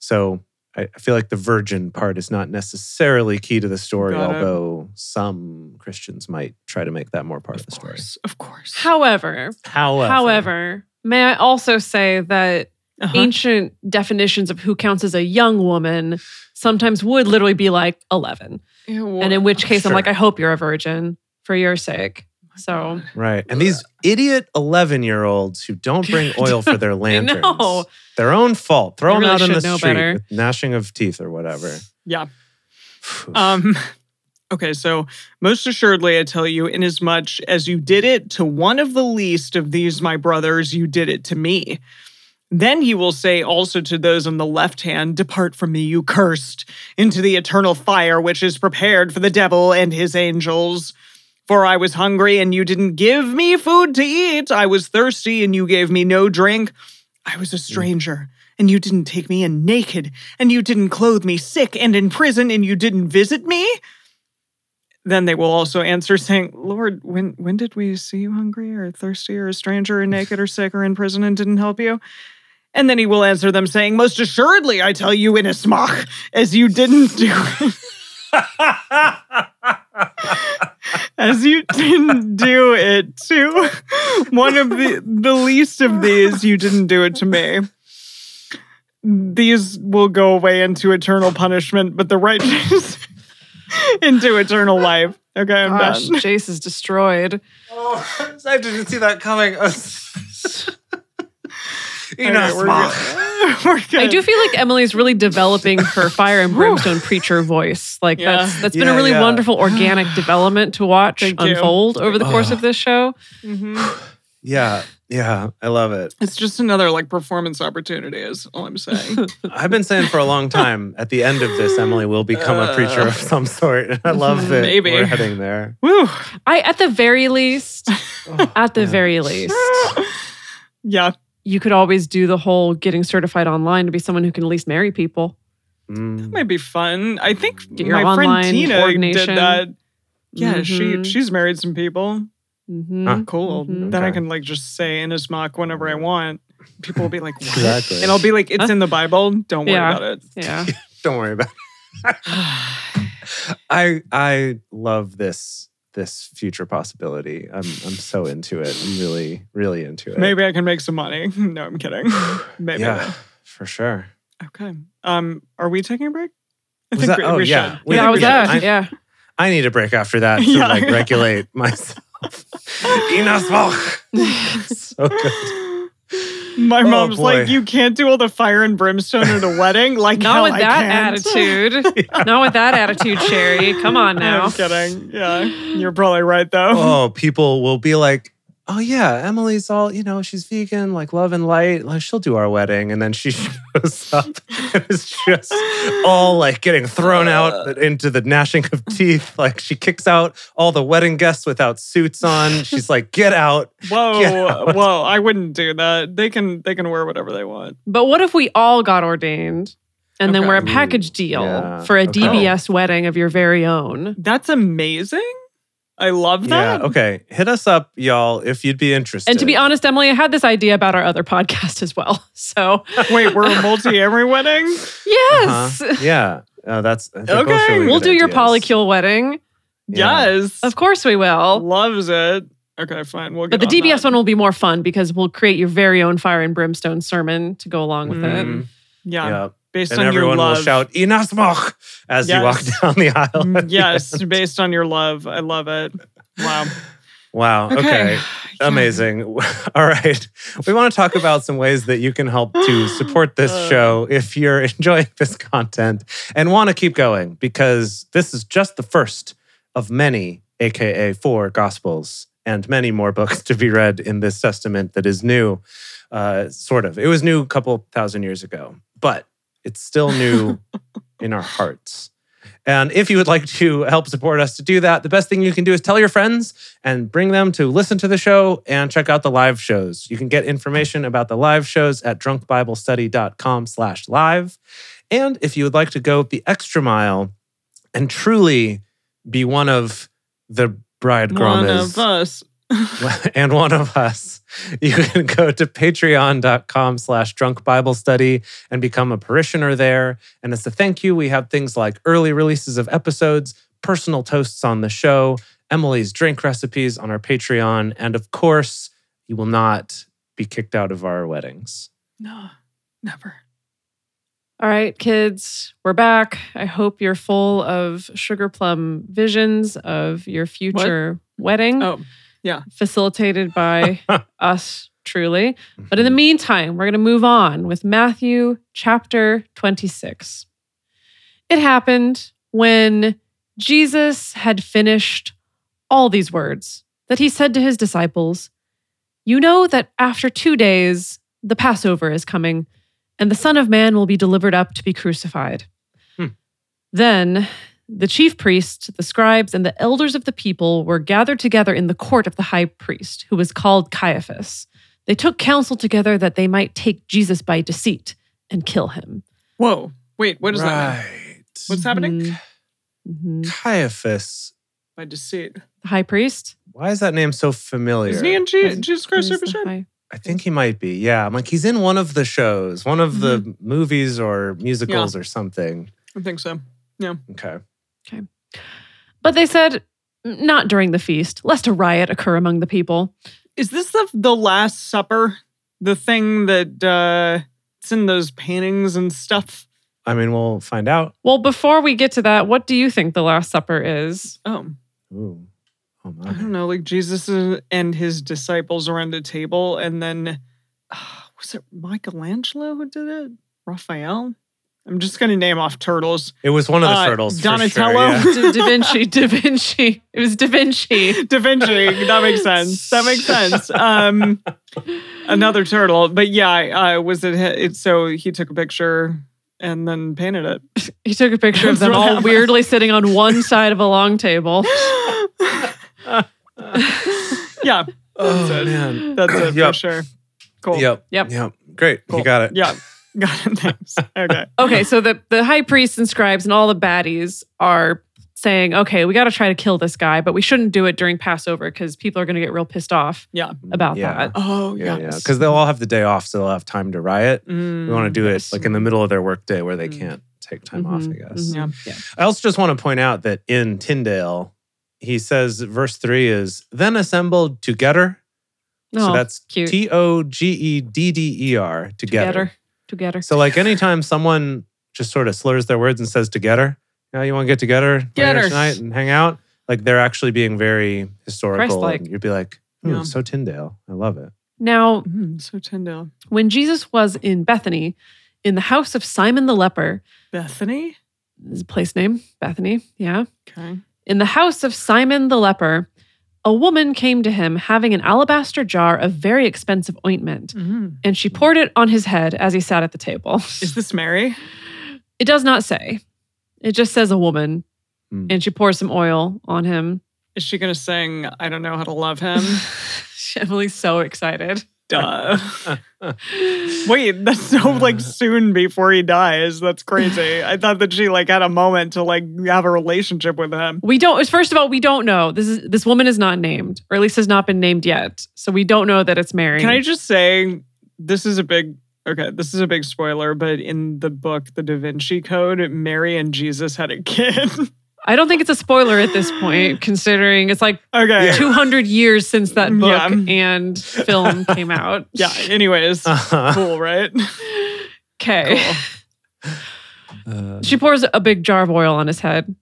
Speaker 5: So I, I feel like the virgin part is not necessarily key to the story,
Speaker 2: Got it.
Speaker 5: although some Christians might try to make that more part of, the story.
Speaker 2: Of course.
Speaker 4: However,
Speaker 5: However,
Speaker 4: however, may I also say that
Speaker 2: Uh-huh.
Speaker 4: ancient definitions of who counts as a young woman sometimes would literally be like 11.
Speaker 2: Ew.
Speaker 4: And in which case, I'm
Speaker 5: Sure.
Speaker 4: like, I hope you're a virgin for your sake. So,
Speaker 5: right, and these idiot eleven-year-olds who don't bring oil for their
Speaker 4: I
Speaker 5: lanterns.
Speaker 4: know.
Speaker 5: Their own fault. Throw them
Speaker 4: really
Speaker 5: out in the
Speaker 4: should know
Speaker 5: street
Speaker 4: better.
Speaker 5: with gnashing of teeth or whatever.
Speaker 2: Yeah. Um, okay, so most assuredly, I tell you, inasmuch as you did it to one of the least of these, my brothers, you did it to me. Then he will say also to those on the left hand, Depart from me, you cursed, into the eternal fire which is prepared for the devil and his angels. For I was hungry, and you didn't give me food to eat. I was thirsty, and you gave me no drink. I was a stranger, and you didn't take me in naked, and you didn't clothe me sick and in prison, and you didn't visit me. Then they will also answer saying, Lord, when when did we see you hungry or thirsty or a stranger or naked or sick or in prison and didn't help you? And then he will answer them saying, Most assuredly I tell you in a smock, as you didn't do as you didn't do it to one of the the least of these you didn't do it to me these will go away into eternal punishment but the righteous into eternal life okay i'm
Speaker 4: Gosh,
Speaker 2: done
Speaker 4: Jace is destroyed.
Speaker 5: oh, I didn't see that coming. you
Speaker 2: Okay, we're good. We're good.
Speaker 4: I do feel like Emily's really developing her fire and brimstone preacher voice. Like
Speaker 2: Yeah.
Speaker 4: that's that's been
Speaker 5: Yeah,
Speaker 4: a really
Speaker 5: yeah.
Speaker 4: wonderful organic development to watch
Speaker 2: Thank you.
Speaker 4: unfold over the course of this show.
Speaker 2: Mhm.
Speaker 5: yeah, yeah, I love it.
Speaker 2: it's just another like performance opportunity is all i'm saying
Speaker 5: I've been saying for a long time. At the end of this, Emily will become a preacher of some sort. I love that
Speaker 2: Maybe.
Speaker 5: we're heading there.
Speaker 2: Woo.
Speaker 4: I at the very least,
Speaker 2: Oh,
Speaker 4: at the
Speaker 5: yeah.
Speaker 4: very least,
Speaker 2: yeah
Speaker 4: you could always do the whole getting certified online to be someone who can at least marry people.
Speaker 5: Mm.
Speaker 2: might be fun i think
Speaker 4: Get your
Speaker 2: my friend
Speaker 4: online
Speaker 2: tina
Speaker 4: ordination.
Speaker 2: did that yeah she
Speaker 4: Mhm.
Speaker 2: she's married some people
Speaker 4: Mhm.
Speaker 5: Huh.
Speaker 2: Cool.
Speaker 4: Mhm.
Speaker 2: Then I
Speaker 5: Okay.
Speaker 2: can like just say in his mock whenever I want. People will be like, what?
Speaker 5: Exactly.
Speaker 2: And I'll be like, it's in the Bible. Don't worry
Speaker 4: Yeah.
Speaker 2: about it.
Speaker 4: Yeah.
Speaker 5: Don't worry about. It. I I love this this future possibility. I'm I'm so into it. I'm really really into it.
Speaker 2: Maybe I can make some money. No, I'm kidding. Maybe.
Speaker 5: Yeah, for sure.
Speaker 2: Okay. Um, are we taking a break? I
Speaker 5: Was that- oh, yeah.
Speaker 2: should.
Speaker 5: We-
Speaker 4: yeah,
Speaker 5: I
Speaker 4: I
Speaker 5: think
Speaker 4: was
Speaker 5: should-
Speaker 4: that.
Speaker 5: I-
Speaker 4: yeah.
Speaker 5: I need a break after that to
Speaker 2: Yeah.
Speaker 5: like regulate myself. Enough. so good.
Speaker 2: My
Speaker 5: Oh,
Speaker 2: mom's like,
Speaker 5: boy.
Speaker 2: you can't do all the fire and brimstone at a wedding. Like,
Speaker 4: Not
Speaker 2: hell,
Speaker 4: with
Speaker 2: I
Speaker 4: that
Speaker 2: can't.
Speaker 4: attitude. Not with that attitude, Sherry. Come on now.
Speaker 2: I'm kidding. Yeah, you're probably right though.
Speaker 5: oh, people will be like, oh yeah, Emily's all, you know, she's vegan, like love and light. Like she'll do our wedding. And then she shows up and it's just all like getting thrown
Speaker 4: Uh.
Speaker 5: out into the gnashing of teeth. Like she kicks out all the wedding guests without suits on. She's like, get out.
Speaker 2: Whoa,
Speaker 5: Yeah.
Speaker 2: whoa! I wouldn't do that. They can, they can wear whatever they want.
Speaker 4: But what if we all got ordained and then
Speaker 2: Okay.
Speaker 4: we're a
Speaker 5: Ooh,
Speaker 4: package deal
Speaker 5: yeah.
Speaker 4: for a
Speaker 5: Okay.
Speaker 4: DBS wedding of your very own?
Speaker 2: That's amazing. I love that.
Speaker 5: Yeah. Okay. Hit us up, y'all, if you'd be interested.
Speaker 4: And to be honest, Emily, I had this idea about our other podcast as well. So,
Speaker 2: Wait, we're a multi every wedding?
Speaker 4: yes,
Speaker 5: Uh-huh. Yeah. Uh, that's I think both
Speaker 2: Okay.
Speaker 5: really
Speaker 4: we'll
Speaker 5: good
Speaker 4: do your
Speaker 5: ideas.
Speaker 4: polycule wedding.
Speaker 5: Yeah.
Speaker 2: Yes.
Speaker 4: Of course, we will.
Speaker 2: Loves it. Okay, fine. We'll
Speaker 4: But the
Speaker 2: get on
Speaker 4: DBS
Speaker 2: that.
Speaker 4: one will be more fun because we'll create your very own fire and brimstone sermon to go along with
Speaker 5: Mhm.
Speaker 4: it.
Speaker 2: Yeah.
Speaker 5: Yeah.
Speaker 2: Based
Speaker 5: And
Speaker 2: on your
Speaker 5: everyone will
Speaker 2: love.
Speaker 5: shout Inasmoch as you walk
Speaker 2: Yes.
Speaker 5: down the aisle.
Speaker 2: Mm,
Speaker 5: at the
Speaker 2: yes, based on your love. I love it. Wow.
Speaker 5: Wow. Okay.
Speaker 2: Yeah.
Speaker 5: Amazing. All right. We want to talk about some ways that you can help to support this
Speaker 2: Uh.
Speaker 5: show if you're enjoying this content and want to keep going because this is just the first of many, AKA four gospels and many more books to be read in this testament that is new, uh, sort of. It was new a couple thousand years ago, but it's still new in our hearts. And if you would like to help support us to do that, the best thing you can do is tell your friends and bring them to listen to the show and check out the live shows. You can get information about the live shows at drunkbiblestudy.com slash live. And if you would like to go the extra mile and truly be one of the bridegroom
Speaker 2: One of us.
Speaker 5: and one of us you can go to patreon.com slash drunk bible study and become a parishioner there and as a thank you we have things like early releases of episodes personal toasts on the show emily's drink recipes on our patreon and of course you will not be kicked out of our weddings
Speaker 2: No, never.
Speaker 4: All right, kids, we're back. I hope you're full of sugar plum visions of your future wedding.
Speaker 2: Oh,
Speaker 4: facilitated by us truly. But in the meantime, we're going to move on with Matthew chapter 26. It happened when Jesus had finished all these words that he said to his disciples You know that after two days, the Passover is coming, and the Son of Man will be delivered up to be crucified.
Speaker 5: Hmm.
Speaker 4: Then the chief priests, the scribes, and the elders of the people were gathered together in the court of the high priest, who was called Caiaphas. They took counsel together that they might take Jesus by deceit and kill him.
Speaker 2: whoa. Wait, what does that mean?
Speaker 5: right
Speaker 4: Mm-hmm.
Speaker 2: What's happening?
Speaker 4: Mhm. Mhm.
Speaker 5: caiaphas
Speaker 2: by deceit.
Speaker 4: The high priest?
Speaker 5: Why is that name so familiar?
Speaker 2: Isn't he in Je- Jesus Christ
Speaker 4: Who's the
Speaker 2: Superstar?
Speaker 4: high-
Speaker 5: I think he might be. Yeah. I'm like, he's in one of the shows, one of the
Speaker 2: Mm-hmm.
Speaker 5: movies or musicals or something.
Speaker 2: I think so.
Speaker 5: Okay.
Speaker 4: But they said, not during the feast, lest a riot occur among the people.
Speaker 2: Is this the the Last Supper? The thing that uh, it's in those paintings and stuff.
Speaker 5: I mean, we'll find out.
Speaker 4: Well, before we get to that, what do you think the Last Supper is?
Speaker 2: Oh,
Speaker 5: Ooh. Oh, my.
Speaker 2: I don't know. Like Jesus is- and his disciples around the table, and then uh, was it Michelangelo who did it? Raphael? I'm just gonna name off turtles.
Speaker 5: It was one of the
Speaker 2: Uh,
Speaker 5: turtles. for sure,
Speaker 2: Donatello.
Speaker 5: yeah.
Speaker 4: Da, da Vinci, Da Vinci. It was Da Vinci.
Speaker 2: Da Vinci. That makes sense. That makes sense. Um, another turtle. But yeah, I- uh, was it, it? So he took a picture and then painted it.
Speaker 4: He took a picture of
Speaker 2: That's
Speaker 4: them
Speaker 2: what
Speaker 4: all
Speaker 2: happened.
Speaker 4: weirdly sitting on one side of a long table.
Speaker 2: yeah,
Speaker 5: Oh,
Speaker 2: That's it.
Speaker 5: man.
Speaker 2: that's it for
Speaker 5: Yep.
Speaker 2: sure. Cool.
Speaker 5: Yep.
Speaker 4: Yep.
Speaker 5: Yep. Great.
Speaker 2: Cool.
Speaker 5: You got it.
Speaker 2: Yeah. Got it. Thanks. Okay.
Speaker 4: Okay, so the, the high priests and scribes and all the baddies are saying, okay, we got to try to kill this guy, but we shouldn't do it during Passover because people are going to get real pissed off
Speaker 2: Yeah.
Speaker 4: about
Speaker 5: Yeah.
Speaker 4: that.
Speaker 2: Oh,
Speaker 5: Yeah. Yeah. Because they'll all have the day off, so they'll have time to riot. We want to do
Speaker 4: yes.
Speaker 5: it like in the middle of their workday where they
Speaker 2: Mm.
Speaker 5: can't take time off, I guess.
Speaker 4: mhm.
Speaker 2: Yeah. Mm-hmm.
Speaker 5: I also just want to point out that in Tyndale, he says verse three is then assembled together. so
Speaker 4: Oh,
Speaker 5: that's
Speaker 4: cute.
Speaker 5: T O G E D D E R together.
Speaker 4: together. Together.
Speaker 5: So like anytime someone just sort of slurs their words and says together, yeah, you want to get together later
Speaker 2: Getter.
Speaker 5: tonight and hang out, like they're actually being very historical.
Speaker 4: Christ-like.
Speaker 5: And you'd be like, "Hmm,
Speaker 2: Yeah.
Speaker 5: so Tyndale. I love it.
Speaker 4: now,
Speaker 2: Mm, so Tyndale.
Speaker 4: when Jesus was in Bethany, in the house of Simon the leper,
Speaker 2: Bethany.
Speaker 4: is a place name, Bethany, yeah.
Speaker 2: Okay.
Speaker 4: In the house of Simon the leper, a woman came to him having an alabaster jar of very expensive ointment,
Speaker 2: Mm.
Speaker 4: and she poured it on his head as he sat at the table.
Speaker 2: Is this Mary?
Speaker 4: It does not say. It just says a woman,
Speaker 5: Hmm.
Speaker 4: and she pours some oil on him. Um,
Speaker 2: Is she gonna sing "I Don't Know How to Love Him"?
Speaker 4: Emily's so excited.
Speaker 2: Duh. Wait, that's so
Speaker 5: Uh.
Speaker 2: like soon before he dies. That's crazy. I thought that she like had a moment to like have a relationship with him.
Speaker 4: We don't. First of all, we don't know. This is this woman is not named, or at least has not been named yet. So we don't know that it's Mary.
Speaker 2: Can I just say this is a big okay, this is a big spoiler, but in the book The Da Vinci Code, Mary and Jesus had a kid.
Speaker 4: I don't think it's a spoiler at this point, considering it's like
Speaker 2: okay. Yeah.
Speaker 4: 200 years since that book
Speaker 2: Yeah.
Speaker 4: and film came out.
Speaker 2: anyways.
Speaker 5: Uh-huh.
Speaker 2: cool, right?
Speaker 4: Okay.
Speaker 2: Cool.
Speaker 5: Uh,
Speaker 4: She pours a big jar of oil on his head.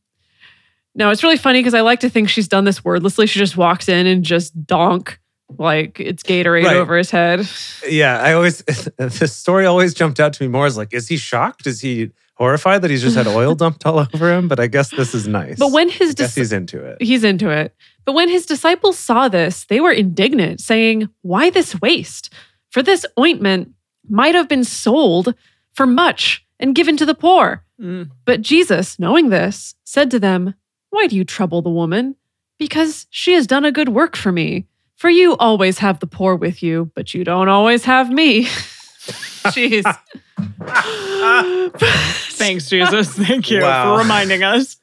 Speaker 4: Now it's really funny because I like to think she's done this wordlessly. She just walks in and just donk like it's Gatorade
Speaker 5: Right.
Speaker 4: over his head.
Speaker 5: yeah, I always the story always jumped out to me more as like, is he shocked? Is he horrified that he's just had oil dumped all over him? But I guess this is nice.
Speaker 4: But when
Speaker 5: I
Speaker 4: his
Speaker 5: guess
Speaker 4: dis-
Speaker 5: he's into it.
Speaker 4: he's into it. But when his disciples saw this, they were indignant, saying, "Why this waste? For this ointment might have been sold for much and given to the poor."
Speaker 2: Mm.
Speaker 4: But Jesus, knowing this, said to them, Why do you trouble the woman? Because she has done a good work for me. For you always have the poor with you, but you don't always have me. Jeez.
Speaker 2: Thanks, Jesus. Thank you
Speaker 5: Wow.
Speaker 2: for reminding us.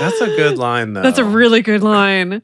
Speaker 5: That's a good line though.
Speaker 4: That's a really good line.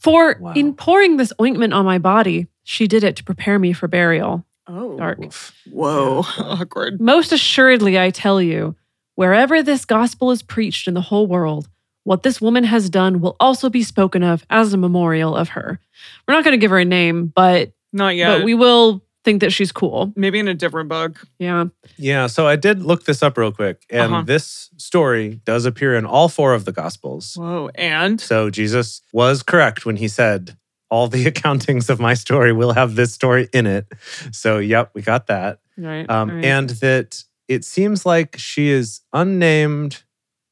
Speaker 4: For
Speaker 5: Wow.
Speaker 4: in pouring this ointment on my body, she did it to prepare me for burial.
Speaker 2: Oh.
Speaker 4: Dark.
Speaker 5: Oof.
Speaker 2: Whoa. Awkward.
Speaker 4: Most assuredly, I tell you, wherever this gospel is preached in the whole world, what this woman has done will also be spoken of as a memorial of her. We're not going to give her a name, but
Speaker 2: Not yet.
Speaker 4: but we will think that she's cool.
Speaker 2: Maybe in a different book.
Speaker 4: Yeah.
Speaker 5: Yeah, so I did look this up real quick, and
Speaker 2: Uh-huh.
Speaker 5: this story does appear in all four of the Gospels.
Speaker 2: Whoa. And
Speaker 5: So Jesus was correct when he said, All the accountings of my story will have this story in it. So, yep, we got that.
Speaker 4: Right.
Speaker 5: Um, And that it seems like she is unnamed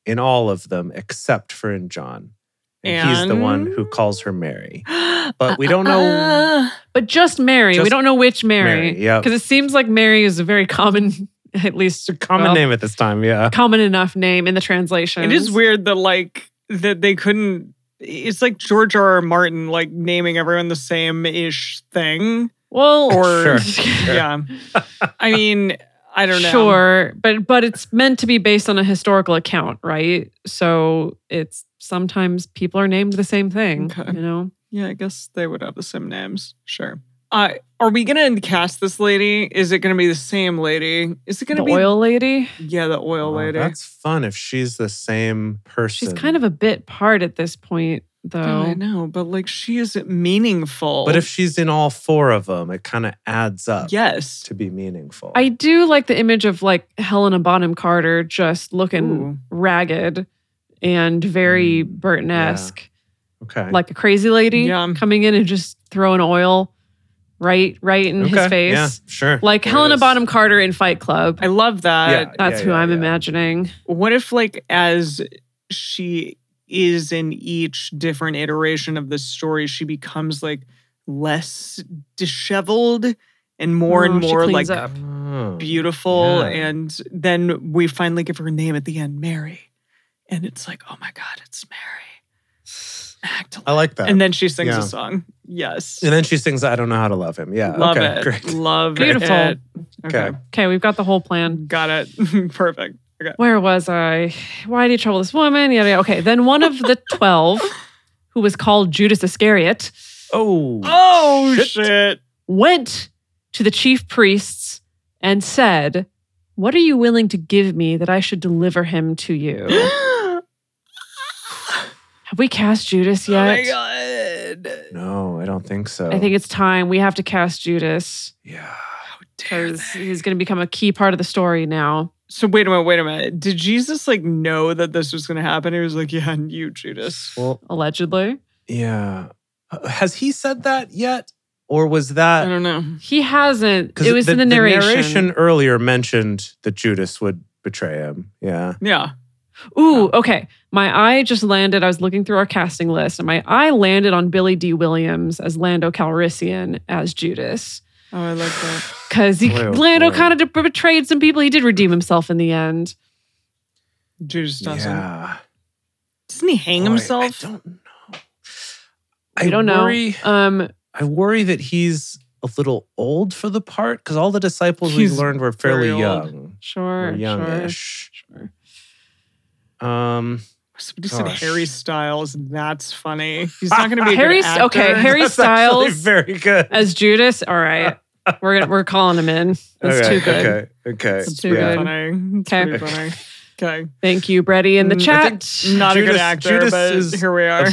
Speaker 5: in all of them except for in John. And, he's the one who
Speaker 2: And-
Speaker 5: calls her Mary. But we don't know-
Speaker 4: but just Mary. we
Speaker 5: Just
Speaker 4: don't know which Mary.
Speaker 5: Mary, yep.
Speaker 4: Because it seems like Mary is a very common, at least
Speaker 5: Common
Speaker 4: well,
Speaker 5: name at this time, yeah.
Speaker 4: common enough name in the translation.
Speaker 2: It is weird that like that they couldn't. It's like George R. R. Martin like naming everyone the same ish thing.
Speaker 4: Well,
Speaker 2: Or
Speaker 5: Sure.
Speaker 2: yeah, I mean, I don't know.
Speaker 4: Sure, but but it's meant to be based on a historical account, right? So it's sometimes people are named the same thing,
Speaker 2: Okay.
Speaker 4: you know.
Speaker 2: Yeah, I guess they would have the same names. Sure. Uh, are we gonna cast this lady? Is it gonna be the same lady? Is it gonna
Speaker 4: the
Speaker 2: be
Speaker 4: oil lady.
Speaker 2: Yeah, the oil
Speaker 5: Wow,
Speaker 2: lady.
Speaker 5: That's fun if she's the same person.
Speaker 4: She's kind of a bit part at this point,
Speaker 2: Oh, I
Speaker 4: though.
Speaker 2: know, but like she is meaningful.
Speaker 5: But if she's in all four of them, it kind of adds up
Speaker 2: yes,
Speaker 5: to be meaningful.
Speaker 4: I do like the image of like Helena Bonham Carter just looking
Speaker 2: Ooh.
Speaker 4: ragged and very
Speaker 5: Mm,
Speaker 4: Burton esque,
Speaker 5: okay.
Speaker 4: like a crazy lady
Speaker 2: Yeah.
Speaker 4: coming in and just throwing oil right right in his
Speaker 5: Okay,
Speaker 4: face.
Speaker 5: Yeah, sure.
Speaker 4: Like
Speaker 5: There it
Speaker 4: Helena
Speaker 5: is.
Speaker 4: Bonham Carter in Fight Club.
Speaker 2: I love that.
Speaker 5: Yeah,
Speaker 4: That's who I'm
Speaker 5: yeah.
Speaker 4: imagining.
Speaker 2: What if like as she is in each different iteration of the story, she becomes like less disheveled and more
Speaker 4: Oh,
Speaker 2: and
Speaker 4: she
Speaker 2: more
Speaker 4: cleans
Speaker 2: like
Speaker 4: up.
Speaker 5: Oh.
Speaker 2: beautiful.
Speaker 5: Yeah.
Speaker 2: And then we finally give her a name at the end, Mary. And it's like, oh my God, it's Mary. Act
Speaker 5: I like that.
Speaker 2: and then she sings
Speaker 5: Yeah.
Speaker 2: a song. Yes.
Speaker 5: And then she sings I Don't Know How to Love Him. Yeah.
Speaker 2: Love
Speaker 5: okay.
Speaker 2: it.
Speaker 5: Great.
Speaker 2: Love
Speaker 4: Beautiful.
Speaker 2: it. Okay.
Speaker 5: Okay.
Speaker 4: Okay, we've got the whole plan.
Speaker 2: Got it. Perfect.
Speaker 4: where was I? Why do you trouble this woman? Yada, yada. Okay, then one of the 12, who was called Judas Iscariot,
Speaker 5: Oh.
Speaker 2: Oh shit.
Speaker 5: Shit.
Speaker 4: went to the chief priests and said, What are you willing to give me that I should deliver him to you? Have we cast Judas
Speaker 2: Oh
Speaker 4: yet?
Speaker 2: my god.
Speaker 5: No, I don't think so.
Speaker 4: I think it's time. We have to cast Judas
Speaker 5: Yeah.
Speaker 2: Dare
Speaker 4: because he's going to become a key part of the story now.
Speaker 2: So wait a minute, wait a minute. Did Jesus like know that this was gonna happen? He was like, Yeah, and you, Judas.
Speaker 5: Well,
Speaker 4: Allegedly,
Speaker 5: yeah. Uh, Has he said that yet? Or was
Speaker 2: I
Speaker 5: that
Speaker 2: don't know.
Speaker 4: he hasn't. It was in the
Speaker 5: The narration earlier mentioned that Judas would betray him. Yeah.
Speaker 2: Yeah.
Speaker 4: Ooh, okay. My eye just landed. I was looking through our casting list, and my eye landed on Billy D. Williams as Lando Calrissian as Judas,
Speaker 2: Oh, I like that.
Speaker 4: because he
Speaker 5: Boy, oh
Speaker 4: Lando
Speaker 5: boy.
Speaker 4: kind of betrayed some people. He did redeem himself in the end.
Speaker 2: Judas doesn't.
Speaker 5: Yeah.
Speaker 2: Doesn't he hang
Speaker 5: Boy,
Speaker 2: himself?
Speaker 5: I don't know.
Speaker 4: I don't know.
Speaker 5: worry,
Speaker 4: Um,
Speaker 5: I worry that he's a little old for the part because all the disciples we
Speaker 2: He's
Speaker 5: learned were fairly
Speaker 2: very old.
Speaker 5: young.
Speaker 4: sure,
Speaker 5: Or
Speaker 4: sure,
Speaker 5: youngish.
Speaker 4: sure.
Speaker 5: Um,
Speaker 2: Somebody said
Speaker 5: Gosh.
Speaker 2: Harry Styles, and that's funny. He's not going to be a Harry.
Speaker 4: Harry St- okay, Harry
Speaker 5: that's actually
Speaker 4: Styles.
Speaker 5: Very good.
Speaker 4: As Judas, all right, we're gonna, we're calling him in. That's
Speaker 5: okay,
Speaker 4: too good.
Speaker 5: Okay. Okay.
Speaker 4: That's
Speaker 2: Pretty
Speaker 4: too good.
Speaker 2: funny. It's
Speaker 4: Okay.
Speaker 2: pretty funny. Okay,
Speaker 4: Thank you, Brady, in the
Speaker 2: Mm, I
Speaker 4: chat.
Speaker 2: not a good
Speaker 5: Judas-
Speaker 2: actor,
Speaker 5: Judas
Speaker 2: but
Speaker 5: is-
Speaker 2: here we are.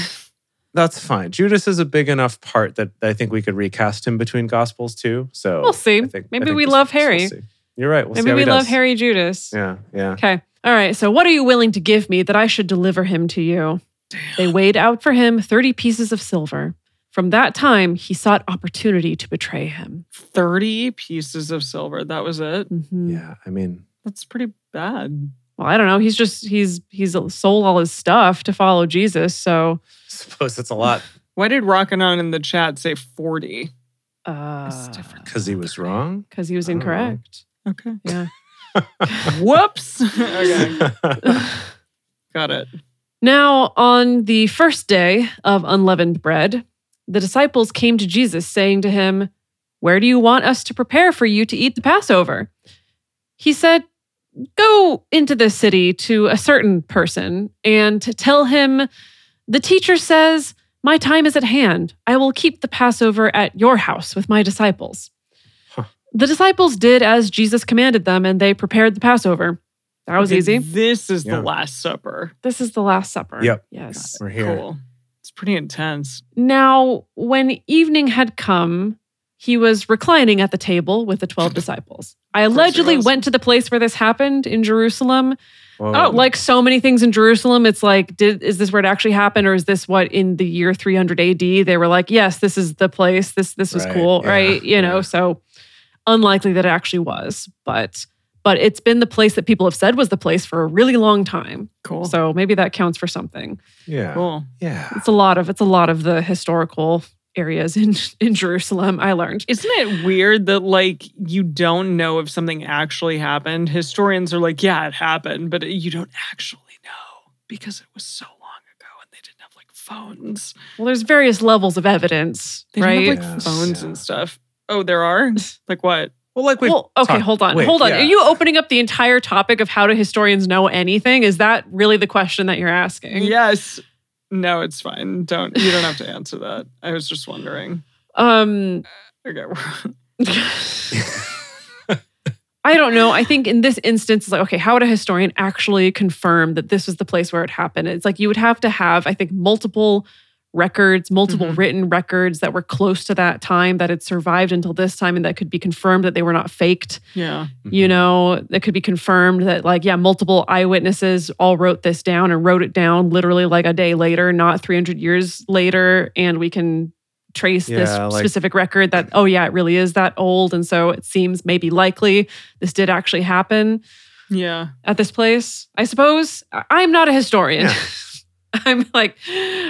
Speaker 5: That's fine. Judas is a big enough part that I think we could recast him between gospels too. So
Speaker 4: We'll see.
Speaker 5: I think- I
Speaker 4: Maybe
Speaker 5: think
Speaker 4: we
Speaker 5: this-
Speaker 4: love
Speaker 5: this we'll
Speaker 4: Harry.
Speaker 5: see. You're right. We'll see
Speaker 4: Maybe
Speaker 5: how
Speaker 4: we
Speaker 5: he
Speaker 4: love
Speaker 5: does.
Speaker 4: Harry Judas.
Speaker 5: Yeah. Yeah.
Speaker 4: Okay. All right. So, what are you willing to give me that I should deliver him to you? They weighed out for him 30 pieces of silver. From that time, he sought opportunity to betray him.
Speaker 2: Thirty pieces of silver. That was it.
Speaker 4: Mhm.
Speaker 5: Yeah. I mean,
Speaker 2: That's pretty bad.
Speaker 4: Well, I don't know. He's just, he's, he's sold all his stuff to follow Jesus. So,
Speaker 5: suppose it's a lot
Speaker 2: Why did Rockin' on in the chat say forty?
Speaker 4: uh,
Speaker 2: different.
Speaker 5: because he was wrong.
Speaker 4: because he was
Speaker 5: I don't know.
Speaker 4: incorrect.
Speaker 2: Okay.
Speaker 4: Yeah.
Speaker 2: Whoops. okay. Got it.
Speaker 4: Now, on the first day of unleavened bread, the disciples came to Jesus, saying to him, Where do you want us to prepare for you to eat the Passover? He said, Go into the city to a certain person and to tell him, The teacher says, My time is at hand. I will keep the Passover at your house with my disciples.
Speaker 5: Huh.
Speaker 4: The disciples did as Jesus commanded them, and they prepared the Passover. That was
Speaker 2: Okay,
Speaker 4: easy.
Speaker 2: This is
Speaker 5: Yeah.
Speaker 2: the Last Supper.
Speaker 4: This is the Last Supper.
Speaker 5: Yep.
Speaker 4: Yes.
Speaker 5: We're here.
Speaker 2: Cool. It's pretty intense.
Speaker 4: Now, when evening had come, he was reclining at the table with the 12 disciples. I
Speaker 2: Of course he
Speaker 4: allegedly
Speaker 2: was.
Speaker 4: went to the place where this happened in Jerusalem.
Speaker 5: Whoa.
Speaker 4: Oh, like so many things in Jerusalem, it's like, did is this where it actually happened, or is this what in the year 300 AD they were like, yes, this is the place. This this was
Speaker 5: Right,
Speaker 4: cool,
Speaker 5: yeah,
Speaker 4: right? You know,
Speaker 5: yeah.
Speaker 4: so unlikely that it actually was, but but it's been the place that people have said was the place for a really long time.
Speaker 2: Cool.
Speaker 4: So maybe that counts for something
Speaker 5: yeah.
Speaker 2: cool.
Speaker 5: Yeah.
Speaker 4: it's a lot of it's a lot of the historical areas in in Jerusalem. I learned.
Speaker 2: Isn't it weird that like you don't know if something actually happened? Historians are like, yeah, it happened, but you don't actually know because it was so long ago and they didn't have like phones.
Speaker 4: Well, there's various levels of evidence,
Speaker 2: They
Speaker 4: right?
Speaker 2: didn't have like
Speaker 5: Yes.
Speaker 2: phones
Speaker 5: Yeah.
Speaker 2: and stuff. Oh, there are? like what?
Speaker 5: Well, like we
Speaker 4: well, okay,
Speaker 5: talked-
Speaker 4: hold on,
Speaker 5: wait,
Speaker 4: hold on.
Speaker 5: yeah.
Speaker 4: Are you opening up the entire topic of how do historians know anything? Is that really the question that you're asking?
Speaker 2: Yes. No, it's fine. Don't you don't have to answer that. I was just wondering.
Speaker 4: Um,
Speaker 2: Okay.
Speaker 4: I don't know. I think in this instance, it's like, okay, how would a historian actually confirm that this was the place where it happened? It's like you would have to have, I think, multiple records, multiple
Speaker 2: Mhm.
Speaker 4: written records that were close to that time, that had survived until this time, and that could be confirmed that they were not faked.
Speaker 2: Yeah.
Speaker 5: Mm-hmm.
Speaker 4: you know that could be confirmed that like yeah multiple eyewitnesses all wrote this down and wrote it down literally like a day later not 300 years later and we can trace this
Speaker 5: Yeah, like-
Speaker 4: specific record that oh yeah it really is that old and so it seems maybe likely this did actually happen
Speaker 2: Yeah.
Speaker 4: at this place i suppose I- i'm not a historian
Speaker 5: Yeah.
Speaker 4: i'm like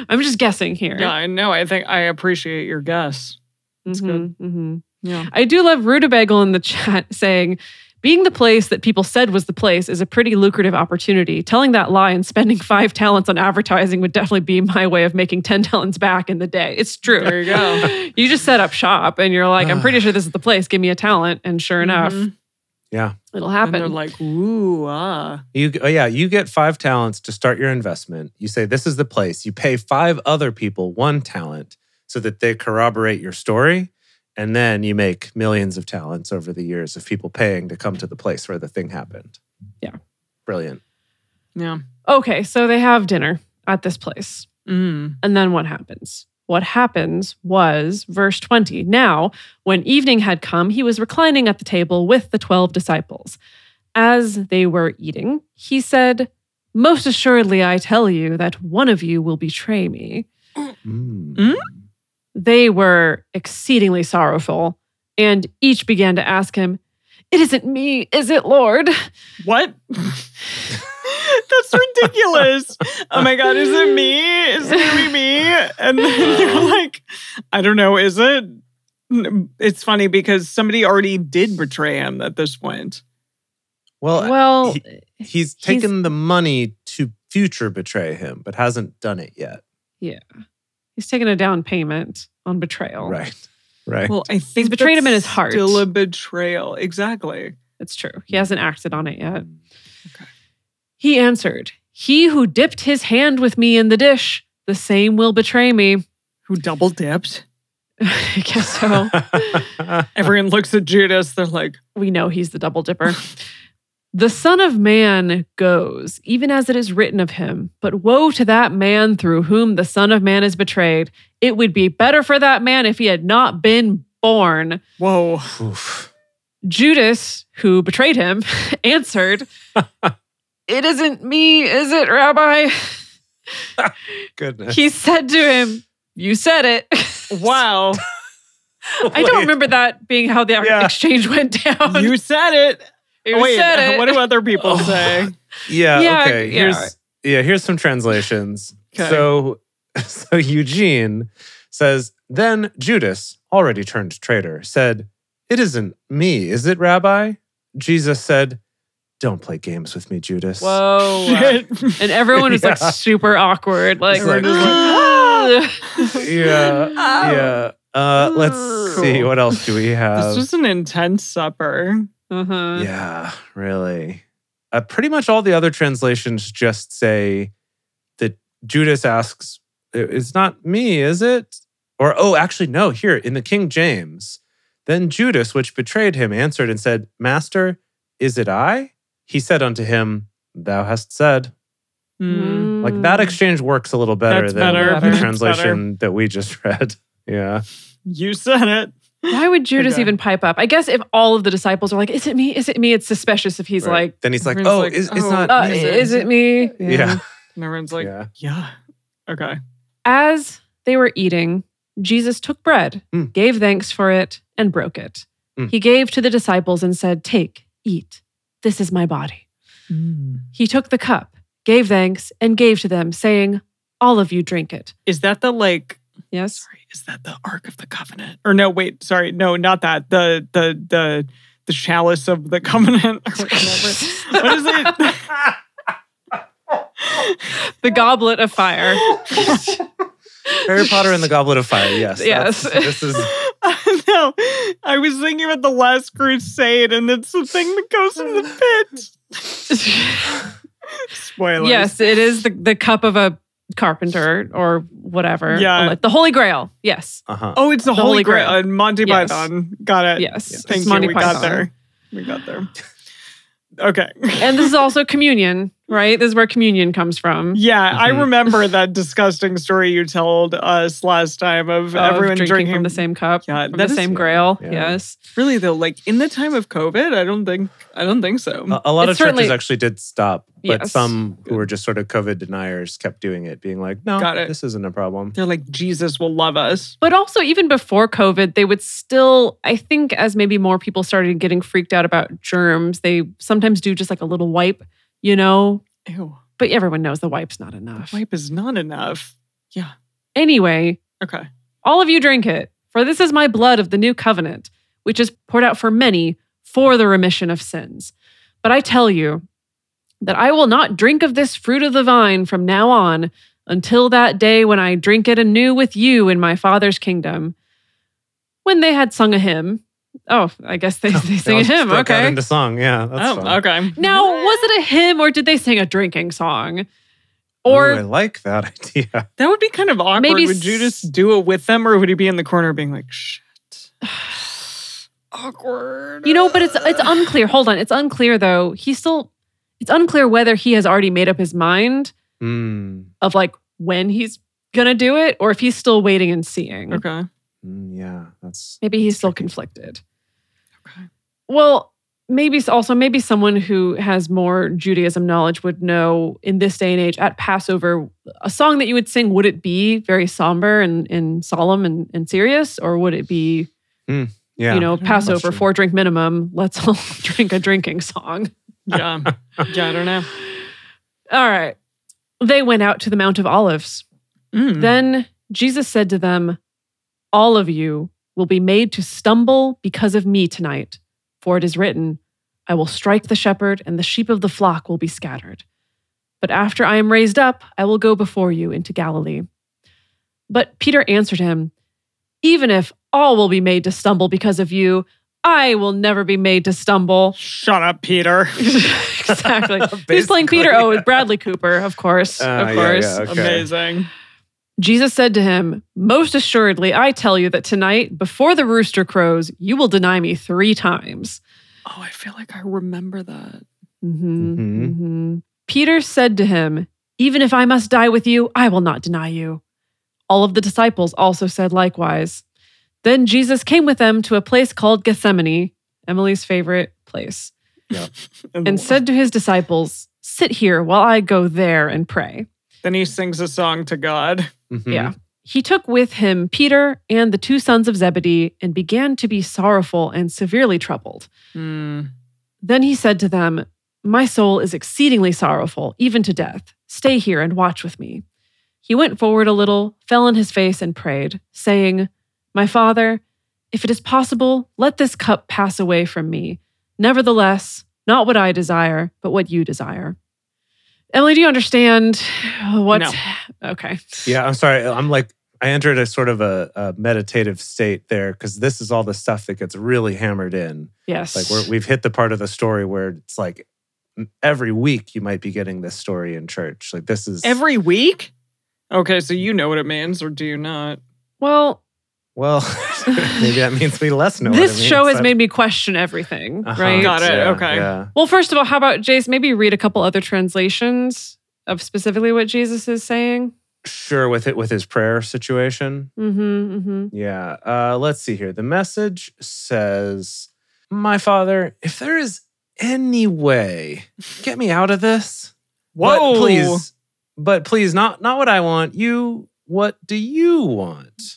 Speaker 4: i'm just guessing here
Speaker 2: Yeah. I know. I think I appreciate your guess. That's good.
Speaker 4: hmm
Speaker 2: Yeah.
Speaker 4: I do love Rutabagle in the chat saying, being the place that people said was the place is a pretty lucrative opportunity. Telling that lie and spending five talents on advertising would definitely be my way of making 10 talents back in the day. It's true.
Speaker 2: There you go.
Speaker 4: you just set up shop and you're like, I'm pretty sure this is the place. Give me a talent. And sure enough,
Speaker 5: Mm-hmm.
Speaker 2: Mhm.
Speaker 4: it'll
Speaker 2: And they're
Speaker 4: happen.
Speaker 2: like, ooh, ah.
Speaker 5: You oh yeah, you get five talents to start your investment. You say this is the place. You pay five other people one talent so that they corroborate your story, and then you make millions of talents over the years of people paying to come to the place where the thing happened.
Speaker 4: Yeah.
Speaker 5: brilliant.
Speaker 2: Yeah.
Speaker 4: okay, so they have dinner at this place.
Speaker 2: Mm.
Speaker 4: And then what happens? What happens was verse 20. Now, when evening had come, he was reclining at the table with the 12 disciples. As they were eating, he said, Most assuredly, I tell you that one of you will betray me.
Speaker 5: Mm.
Speaker 2: Mm?
Speaker 4: Hmm? They were exceedingly sorrowful, and each began to ask him, It isn't me, is it, Lord?
Speaker 2: What? That's ridiculous. oh my God, is it me? Is it gonna be me? And then you're like, I don't know, is it? N- It's funny because somebody already did betray him at this point.
Speaker 5: Well,
Speaker 4: Well,
Speaker 5: he- he's
Speaker 4: he's-
Speaker 5: taken the money to future betray him, but hasn't done it yet.
Speaker 4: he's taking a down payment on betrayal.
Speaker 5: Right, right.
Speaker 2: Well, I think
Speaker 4: betrayed him in
Speaker 2: that's
Speaker 4: his heart.
Speaker 2: Still a betrayal. Exactly.
Speaker 4: It's true. He hasn't acted on it yet.
Speaker 2: Okay.
Speaker 4: He answered, He who dipped his hand with me in the dish, the same will betray me.
Speaker 2: Who double dipped?
Speaker 4: I guess so.
Speaker 2: Everyone looks at Judas. They're like,
Speaker 4: we know he's the double dipper. the Son of Man goes, even as it is written of him. But woe to that man through whom the Son of Man is betrayed. It would be better for that man if he had not been born.
Speaker 2: whoa.
Speaker 5: Oof.
Speaker 4: Judas, who betrayed him, answered, It isn't me, is it, Rabbi?
Speaker 5: Goodness.
Speaker 4: he said to him, "You said it."
Speaker 2: Wow.
Speaker 4: I don't remember that being how the
Speaker 5: Yeah.
Speaker 4: exchange went down.
Speaker 2: you said it.
Speaker 4: You
Speaker 2: Wait,
Speaker 4: said it.
Speaker 2: what do other people
Speaker 5: Oh.
Speaker 2: say?
Speaker 5: Yeah,
Speaker 4: Yeah,
Speaker 5: okay.
Speaker 4: yeah.
Speaker 5: Here's yeah, here's some translations.
Speaker 2: 'Kay.
Speaker 5: So so Eugene says, then Judas, already turned traitor, said, It isn't me, is it, Rabbi? Jesus said, Don't play games with me, Judas.
Speaker 4: Whoa!
Speaker 2: Shit.
Speaker 4: And everyone was like
Speaker 5: Yeah.
Speaker 4: super awkward. Like,
Speaker 5: It's like,
Speaker 4: "Ugh."
Speaker 5: Yeah.
Speaker 1: Oh.
Speaker 5: Yeah. Uh, let's
Speaker 2: Cool.
Speaker 5: see, what else do we have?
Speaker 2: This was an intense supper.
Speaker 4: Uh-huh.
Speaker 5: yeah, really. Uh, pretty much all the other translations just say that Judas asks, It's not me, is it? Or, oh, actually, no, here in the King James. Then Judas, which betrayed him, answered and said, Master, is it I? He said unto him, Thou hast said.
Speaker 4: Hmm.
Speaker 2: Mm.
Speaker 4: Mm-hmm.
Speaker 5: Like that exchange works a little better
Speaker 2: That's
Speaker 5: than
Speaker 4: better.
Speaker 5: the
Speaker 4: That's
Speaker 5: translation that we just read. Yeah.
Speaker 2: You said it.
Speaker 4: Why would Judas
Speaker 2: Okay.
Speaker 4: even pipe up? I guess if all of the disciples are like, "Is it me? Is it me?" It's suspicious if he's
Speaker 5: Right. then he's like,
Speaker 2: Everyone's
Speaker 5: Oh,
Speaker 2: like,
Speaker 5: is, it's
Speaker 2: "Oh,
Speaker 5: not
Speaker 4: like, uh,
Speaker 5: me, is it?"
Speaker 4: "Is it me?"
Speaker 5: Yeah.
Speaker 2: And everyone's like, yeah.
Speaker 5: yeah.
Speaker 2: Okay.
Speaker 4: As they were eating, Jesus took bread,
Speaker 2: Hmm.
Speaker 5: Mm.
Speaker 4: gave thanks for it, and broke it.
Speaker 5: Mm.
Speaker 4: He gave to the disciples and said, "Take, eat. This is my body." He took the cup, gave thanks, and gave to them, saying, All of you drink it.
Speaker 2: Is that the like
Speaker 4: Yes?
Speaker 2: sorry, is that the Ark of the Covenant? Or no, wait, sorry, no, not that. The the the the chalice of the covenant or whatever. what is it?
Speaker 4: The goblet of fire.
Speaker 5: Harry Potter and the Goblet of Fire. Yes.
Speaker 4: Yes.
Speaker 5: that's- This is
Speaker 2: no, know. I was thinking about the Last Crusade, and it's the thing that goes in the pit. Spoilers.
Speaker 4: yes, it is the, the cup of a carpenter or whatever.
Speaker 2: Yeah.
Speaker 4: Like The Holy Grail. Yes.
Speaker 5: Uh huh.
Speaker 2: Oh, it's the,
Speaker 4: The
Speaker 2: Holy,
Speaker 4: Holy
Speaker 2: Grail.
Speaker 4: Grail.
Speaker 2: and Monty
Speaker 4: Yes.
Speaker 2: Python. Got it.
Speaker 4: Yes.
Speaker 2: Uh, Thank
Speaker 4: it's
Speaker 2: you.
Speaker 4: Monty
Speaker 2: we got
Speaker 4: Python.
Speaker 2: there. We got there. Okay.
Speaker 4: And this is also communion, right? This is where communion comes from.
Speaker 2: Yeah, I
Speaker 4: Mm-hmm.
Speaker 5: Mhm.
Speaker 2: remember that disgusting story you told us last time of,
Speaker 4: of
Speaker 2: everyone
Speaker 4: drinking,
Speaker 2: drinking,
Speaker 4: from the same cup,
Speaker 2: Yeah,
Speaker 4: from
Speaker 2: that
Speaker 4: the
Speaker 2: is-
Speaker 4: same grail.
Speaker 5: yeah.
Speaker 4: Yes.
Speaker 2: Really though, like in the time of COVID, I don't think I don't think so.
Speaker 5: A, a lot
Speaker 4: It's
Speaker 5: of churches
Speaker 4: certainly-
Speaker 5: actually did stop, but
Speaker 4: Yes.
Speaker 5: some who were just sort of COVID deniers kept doing it, being like, "No,
Speaker 2: Got it.
Speaker 5: this isn't a problem."
Speaker 2: They're like Jesus will love us.
Speaker 4: But also, even before COVID, they would still, I think, as maybe more people started getting freaked out about germs, they sometimes do just like a little wipe, you know?
Speaker 2: Ew,
Speaker 4: But everyone knows the wipe's not enough.
Speaker 2: wipe is not enough.
Speaker 4: Anyway,
Speaker 2: Okay.
Speaker 4: all of you drink it, for this is my blood of the new covenant, which is poured out for many for the remission of sins. But I tell you that I will not drink of this fruit of the vine from now on until that day when I drink it anew with you in my Father's kingdom. When they had sung a hymn, oh, I guess they, they sing
Speaker 5: They
Speaker 4: a
Speaker 5: all just
Speaker 4: hymn,
Speaker 5: broke out
Speaker 4: okay.
Speaker 5: into song, yeah. That's
Speaker 2: oh,
Speaker 5: fun.
Speaker 2: okay.
Speaker 4: Now, was it a hymn or did they sing a drinking song? Or
Speaker 5: Ooh, I like that idea.
Speaker 2: that would be kind of awkward.
Speaker 4: Maybe
Speaker 2: would Judas
Speaker 4: s-
Speaker 2: do it with them or would he be in the corner being like, shit. Awkward.
Speaker 4: You know, but it's it's unclear. Hold on, it's unclear though. He still it's unclear whether he has already made up his mind
Speaker 5: Mm,
Speaker 4: of like when he's gonna do it or if he's still waiting and seeing.
Speaker 2: Okay.
Speaker 5: mm, yeah, that's
Speaker 4: Maybe he's still
Speaker 5: Tricky.
Speaker 4: conflicted.
Speaker 2: Okay.
Speaker 4: Well, maybe s- also maybe someone who has more Judaism knowledge would know in this day and age at Passover a song that you would sing would it be very somber and, and solemn and, and serious or would it be
Speaker 5: yeah.
Speaker 4: you know
Speaker 2: don't know.
Speaker 4: Passover
Speaker 5: Question.
Speaker 4: four drink minimum let's all drink a drinking song.
Speaker 2: Yeah. yeah, I don't know.
Speaker 4: All right. They went out to the Mount of Olives.
Speaker 2: Mm.
Speaker 4: Then Jesus said to them, All of you will be made to stumble because of me tonight, for it is written, I will strike the shepherd, and the sheep of the flock will be scattered. But after I am raised up, I will go before you into Galilee. But Peter answered him, Even if all will be made to stumble because of you, I will never be made to stumble.
Speaker 2: Shut up, Peter.
Speaker 4: exactly. Who's playing
Speaker 5: Basically.
Speaker 4: Peter? Oh, Bradley Cooper, of course.
Speaker 5: Uh, yeah,
Speaker 4: of course.
Speaker 5: yeah, okay.
Speaker 2: Amazing.
Speaker 4: Jesus said to him, Most assuredly, I tell you that tonight, before the rooster crows, you will deny me three times.
Speaker 2: Oh, I feel like I remember that.
Speaker 4: Mhm,
Speaker 5: Mhm.
Speaker 4: mhm. Peter said to him, Even if I must die with you, I will not deny you. All of the disciples also said likewise. Then Jesus came with them to a place called Gethsemane, Emily's favorite place. and said to his disciples, Sit here while I go there and pray.
Speaker 2: then he sings a song to God.
Speaker 5: Mhm.
Speaker 4: Yeah. Mm-hmm. He took with him Peter and the two sons of Zebedee and began to be sorrowful and severely troubled.
Speaker 2: Hmm.
Speaker 4: Then he said to them, My soul is exceedingly sorrowful, even to death. Stay here and watch with me. He went forward a little, fell on his face, and prayed, saying, My father, if it is possible, let this cup pass away from me. Nevertheless, not what I desire, but what you desire. Emily, do you understand what? Okay.
Speaker 5: Yeah, I'm sorry. I'm like I entered a sort of a, a meditative state there because this is all the stuff that gets really hammered in.
Speaker 4: Yes.
Speaker 5: Like we're, we've hit the part of the story where it's like every week you might be getting this story in church. Like this is
Speaker 2: Every week? Okay, so you know what it means, or do you not?
Speaker 4: well,
Speaker 5: well. maybe that means we less know. what it
Speaker 4: this show
Speaker 5: means.
Speaker 4: has made me question everything,
Speaker 5: Uh-huh.
Speaker 4: right?
Speaker 2: Got it,
Speaker 5: Yeah,
Speaker 2: okay.
Speaker 5: Yeah.
Speaker 4: Well, first of all, how about Jace? Maybe read a couple other translations of specifically what Jesus is saying.
Speaker 5: Sure. With it with his prayer situation.
Speaker 4: Mm-hmm, mm-hmm.
Speaker 5: Yeah. Uh, let's see here. The message says, "My father, if there is any way, get me out of this."
Speaker 2: Whoa!
Speaker 5: But please, but please, not not what I want. You, what do you want?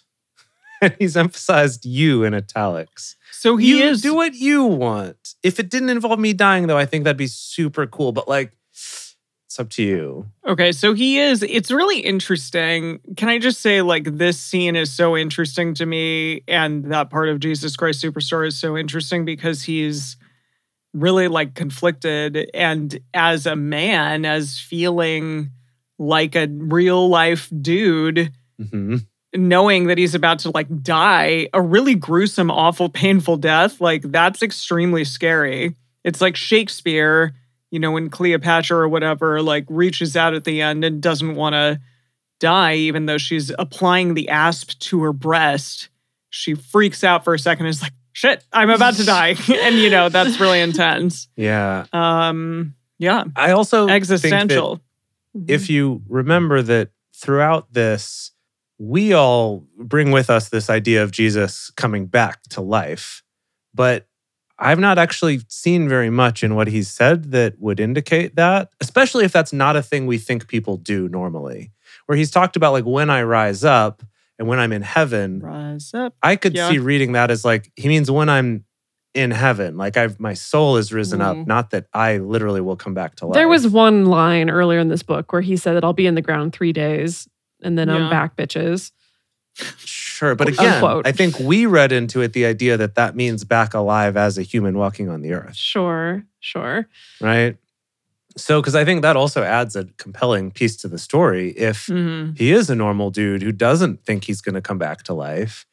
Speaker 5: And he's emphasized you in italics.
Speaker 2: So he
Speaker 5: you
Speaker 2: is.
Speaker 5: do what you want. If it didn't involve me dying, though, I think that'd be super cool. But like, it's up to you.
Speaker 2: Okay, so he is. It's really interesting. Can I just say, like, this scene is so interesting to me, and that part of Jesus Christ Superstar is so interesting because he's really like conflicted, and as a man, as feeling like a real life dude,
Speaker 5: Mhm.
Speaker 2: knowing that he's about to like die a really gruesome, awful, painful death. Like that's extremely scary. It's like Shakespeare, you know, when Cleopatra or whatever like reaches out at the end and doesn't want to die, even though she's applying the asp to her breast. She freaks out for a second and is like, shit, I'm about to die. and, you know, that's really intense.
Speaker 5: Yeah.
Speaker 2: Um, yeah.
Speaker 5: I also think that
Speaker 2: Existential.
Speaker 5: if you remember that throughout this, we all bring with us this idea of Jesus coming back to life. But I've not actually seen very much in what he's said that would indicate that, especially if that's not a thing we think people do normally, where he's talked about like when I rise up and when I'm in heaven.
Speaker 2: Rise up.
Speaker 5: I could
Speaker 2: Yeah.
Speaker 5: see reading that as like he means when I'm in heaven, like I've my soul is risen
Speaker 2: Mm.
Speaker 5: up, not that I literally will come back to life.
Speaker 4: Mm-hmm. There was one line earlier in this book where he said that I'll be in the ground three days and then
Speaker 2: Yeah.
Speaker 4: I'm back, bitches.
Speaker 5: Sure, but
Speaker 4: Quote,
Speaker 5: again,
Speaker 4: unquote.
Speaker 5: I think we read into it the idea that that means back alive as a human walking on the earth,
Speaker 4: Sure, sure.
Speaker 5: right? So, because I think that also adds a compelling piece to the story. If
Speaker 4: Mm-hmm.
Speaker 2: Mhm.
Speaker 5: he is a normal dude who doesn't think he's going to come back to life,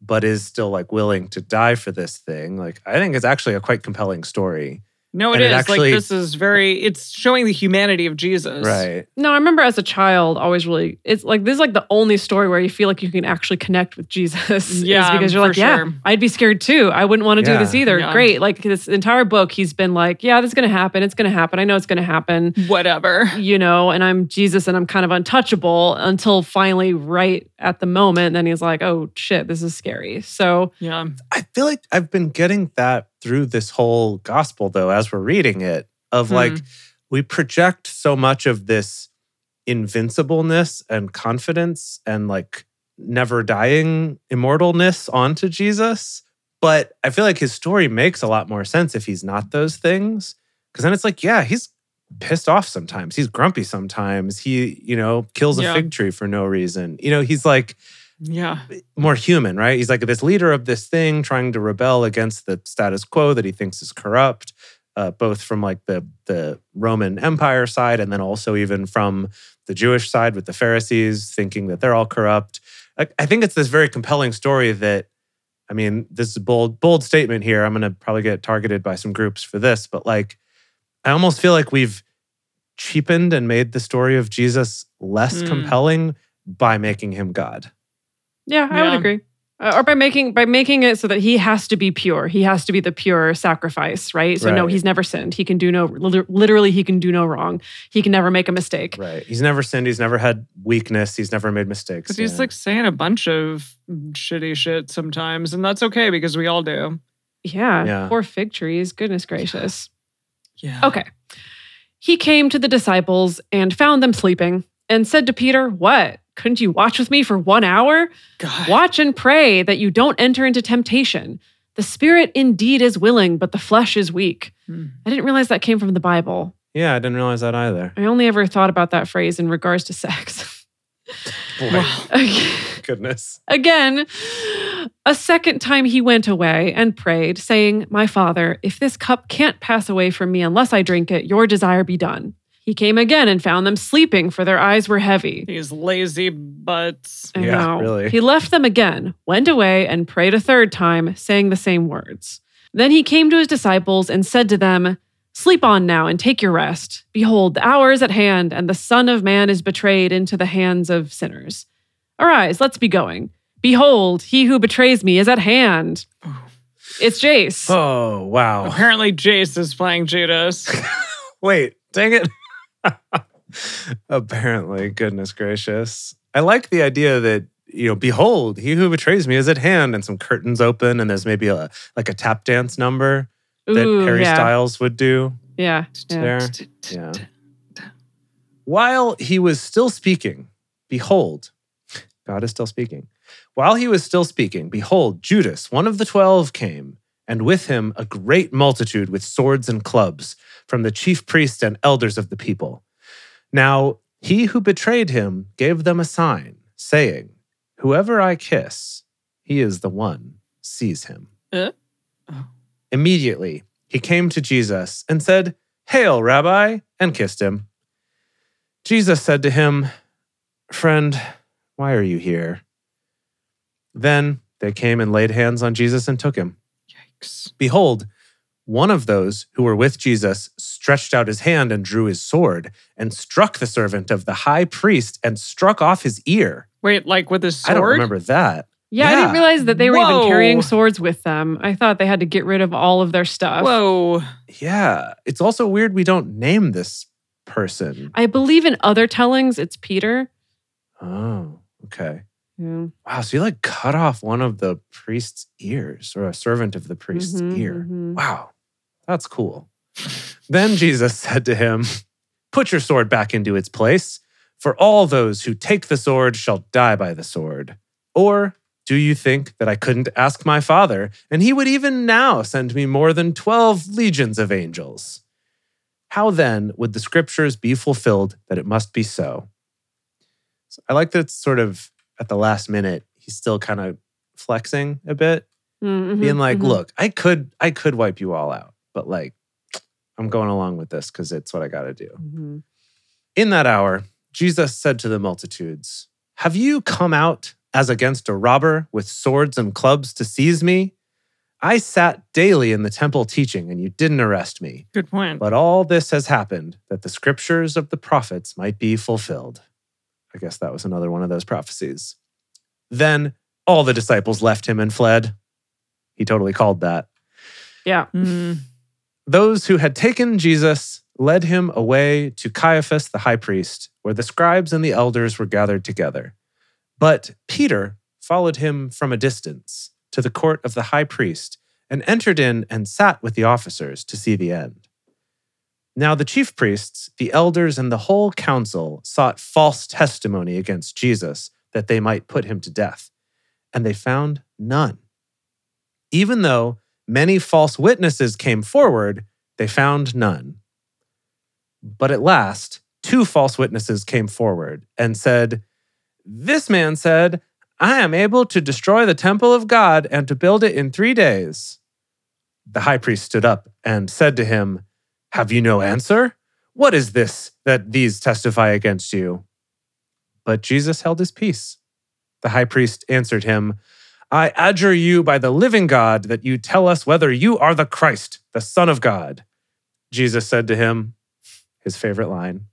Speaker 5: but is still like willing to die for this thing, like I think it's actually a quite compelling story,
Speaker 2: No, it
Speaker 5: And
Speaker 2: is.
Speaker 5: it actually-
Speaker 2: like this is very it's showing the humanity of Jesus.
Speaker 5: right?
Speaker 4: No, I remember as a child always really it's like this is like the only story where you feel like you can actually connect with Jesus. is
Speaker 2: Yeah,
Speaker 4: because you're
Speaker 2: for
Speaker 4: like, yeah,
Speaker 2: sure.
Speaker 4: I'd be scared too. I wouldn't want to do this
Speaker 5: Yeah.
Speaker 4: either.
Speaker 2: Yeah.
Speaker 4: Great. Like this entire book, he's been like, yeah, this is gonna happen. It's gonna happen. I know it's gonna happen.
Speaker 2: Whatever.
Speaker 4: You know, and I'm Jesus and I'm kind of untouchable until finally, right at the moment, then he's like, oh shit, this is scary. So
Speaker 2: Yeah.
Speaker 5: I feel like I've been getting that through this whole gospel, though, as we're reading it, of like we project so much of this invincibleness and confidence and like never dying immortalness onto Jesus. But I feel like his story makes a lot more sense if he's not those things. Cause then it's like, yeah, he's pissed off sometimes. He's grumpy sometimes. He, you know, kills a
Speaker 2: Yeah.
Speaker 5: fig tree for no reason. You know, he's like,
Speaker 2: Yeah.
Speaker 5: more human, right? He's like this leader of this thing trying to rebel against the status quo that he thinks is corrupt, uh, both from like the the Roman Empire side and then also even from the Jewish side with the Pharisees thinking that they're all corrupt. I, I think it's this very compelling story that I mean, this is a bold bold statement here. I'm going to probably get targeted by some groups for this, but like I almost feel like we've cheapened and made the story of Jesus less
Speaker 2: Mm.
Speaker 5: compelling by making him God.
Speaker 4: Yeah, I
Speaker 2: Yeah.
Speaker 4: would agree. Uh, or by making by making it so that he has to be pure. He has to be the pure sacrifice, right? So no,
Speaker 5: Right.
Speaker 4: he's never sinned. He can do no liter- literally he can do no wrong. He can never make a mistake.
Speaker 5: Right. He's never sinned. He's never had weakness. He's never made mistakes.
Speaker 2: Because he's
Speaker 5: yeah.
Speaker 2: like saying a bunch of shitty shit sometimes, and that's okay because we all do.
Speaker 4: Yeah.
Speaker 5: Yeah.
Speaker 4: Poor fig trees. Goodness gracious.
Speaker 2: Yeah.
Speaker 4: Okay. He came to the disciples and found them sleeping and said to Peter, "What? Couldn't you watch with me for 1 hour?
Speaker 2: God.
Speaker 4: Watch and pray that you don't enter into temptation. The spirit indeed is willing, but the flesh is weak."
Speaker 2: Hmm.
Speaker 4: I didn't realize that came from the Bible.
Speaker 5: yeah, I didn't realize that either.
Speaker 4: I only ever thought about that phrase in regards to sex.
Speaker 5: Boy, Oh goodness.
Speaker 4: Again, a second time he went away and prayed, saying, My father, if this cup can't pass away from me unless I drink it, your desire be done. He came again and found them sleeping, for their eyes were heavy.
Speaker 2: These lazy butts.
Speaker 4: I
Speaker 5: Yeah,
Speaker 4: know.
Speaker 5: really.
Speaker 4: He left them again, went away, and prayed a third time, saying the same words. Then he came to his disciples and said to them, Sleep on now and take your rest. Behold, the hour is at hand, and the Son of Man is betrayed into the hands of sinners. Arise, let's be going. Behold, he who betrays me is at hand. It's Jace.
Speaker 5: Oh, wow.
Speaker 2: Apparently Jace is playing Judas.
Speaker 5: Wait, dang it. Apparently, goodness gracious. I like the idea that, you know, behold, he who betrays me is at hand, and some curtains open, and there's maybe a like a tap dance number that
Speaker 4: Ooh,
Speaker 5: Harry
Speaker 4: yeah,
Speaker 5: Styles would do.
Speaker 4: yeah, yeah.
Speaker 5: There. Yeah. While he was still speaking, behold, God is still speaking. While he was still speaking, behold, Judas, one of the twelve, came, and with him a great multitude with swords and clubs from the chief priests and elders of the people. Now, he who betrayed him gave them a sign, saying, Whoever I kiss, he is the one, seize him.
Speaker 2: Uh, oh.
Speaker 5: Immediately, he came to Jesus and said, Hail, Rabbi, and kissed him. Jesus said to him, Friend, why are you here? Then they came and laid hands on Jesus and took him.
Speaker 2: Yikes.
Speaker 5: Behold, one of those who were with Jesus stretched out his hand and drew his sword and struck the servant of the high priest and struck off his ear.
Speaker 2: Wait, like with his sword?
Speaker 5: I don't remember that.
Speaker 4: Yeah, I
Speaker 5: Yeah.
Speaker 4: didn't realize that they were
Speaker 2: Whoa.
Speaker 4: even carrying swords with them. I thought they had to get rid of all of their stuff.
Speaker 2: Whoa.
Speaker 5: Yeah. It's also weird we don't name this person.
Speaker 4: I believe in other tellings, it's Peter.
Speaker 5: Oh, okay.
Speaker 4: Yeah.
Speaker 5: Wow. So you like cut off one of the priest's ears or a servant of the priest's
Speaker 4: Mhm,
Speaker 5: ear.
Speaker 4: mhm.
Speaker 5: Wow, that's cool. then Jesus said to him, Put your sword back into its place, for all those who take the sword shall die by the sword. Or do you think that I couldn't ask my Father, and he would even now send me more than 12 legions of angels? How then would the scriptures be fulfilled that it must be so? So I like that it's sort of at the last minute, he's still kind of flexing a bit
Speaker 4: Mhm,
Speaker 5: being like,
Speaker 4: mhm.
Speaker 5: look, I could I could wipe you all out, but like I'm going along with this because it's what I gotta do.
Speaker 4: Mhm.
Speaker 5: In that hour, Jesus said to the multitudes, Have you come out as against a robber with swords and clubs to seize me? I sat daily in the temple teaching, and you didn't arrest me.
Speaker 2: Good point.
Speaker 5: But all this has happened that the scriptures of the prophets might be fulfilled. I guess that was another one of those prophecies. Then all the disciples left him and fled. He totally called that.
Speaker 4: Yeah.
Speaker 2: Mm.
Speaker 5: Those who had taken Jesus led him away to Caiaphas the high priest, where the scribes and the elders were gathered together. But Peter followed him from a distance to the court of the high priest and entered in and sat with the officers to see the end. Now the chief priests, the elders, and the whole council sought false testimony against Jesus that they might put him to death, and they found none. Even though many false witnesses came forward, they found none. But at last, two false witnesses came forward and said, This man said, I am able to destroy the temple of God and to build it in three days. The high priest stood up and said to him, Have you no answer? What is this that these testify against you? But Jesus held his peace. The high priest answered him, I adjure you by the living God that you tell us whether you are the Christ, the Son of God. Jesus said to him, his favorite line,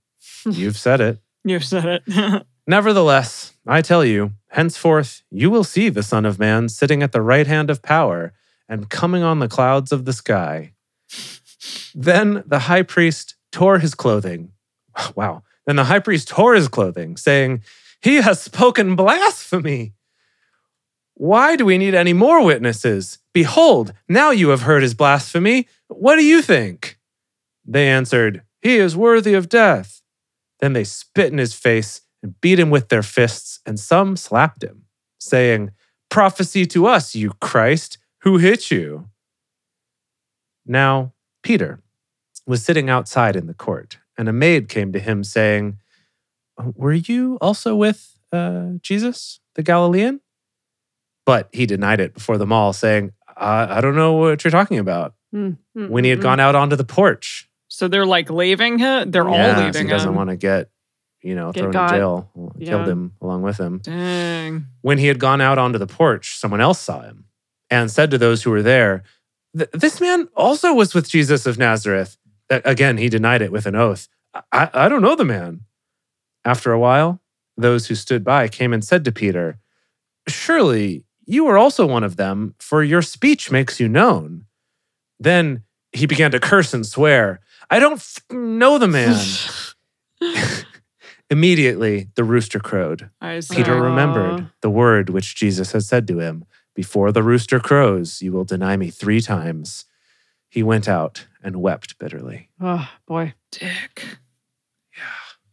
Speaker 5: You've said it.
Speaker 2: You've said it.
Speaker 5: Nevertheless, I tell you, henceforth you will see the Son of Man sitting at the right hand of power and coming on the clouds of the sky. Then the high priest tore his clothing. Wow. Then the high priest tore his clothing, saying, He has spoken blasphemy. Why do we need any more witnesses? Behold, now you have heard his blasphemy. What do you think? They answered, He is worthy of death. Then they spit in his face and beat him with their fists, and some slapped him, saying, Prophecy to us, you Christ, who hit you? Now, Peter was sitting outside in the court, and a maid came to him saying, Were you also with uh, Jesus, the Galilean? But he denied it before them all, saying, I, I don't know what you're talking about.
Speaker 4: Mm, mm,
Speaker 5: When he had
Speaker 4: mm,
Speaker 5: gone out onto the porch,
Speaker 2: so they're like leaving him. They're
Speaker 5: yeah,
Speaker 2: all
Speaker 5: so
Speaker 2: leaving
Speaker 5: he doesn't
Speaker 2: him.
Speaker 5: want to get, you know,
Speaker 4: Get
Speaker 5: thrown
Speaker 4: got.
Speaker 5: in jail. Well, it Killed
Speaker 4: Yeah.
Speaker 5: him along with him.
Speaker 2: Dang.
Speaker 5: When he had gone out onto the porch, someone else saw him and said to those who were there, "Th- "This man also was with Jesus of Nazareth." A- Again, he denied it with an oath. I, I don't know the man. After a while, those who stood by came and said to Peter, Surely you are also one of them, for your speech makes you known. Then he began to curse and swear, I don't f- know
Speaker 4: Mm-hmm.
Speaker 5: the man. Immediately, the rooster crowed.
Speaker 2: I see.
Speaker 5: Peter
Speaker 4: Aw.
Speaker 5: remembered the word which Jesus had said to him Before the rooster crows, you will deny me three times. He went out and wept bitterly.
Speaker 4: Oh boy.
Speaker 2: Dick.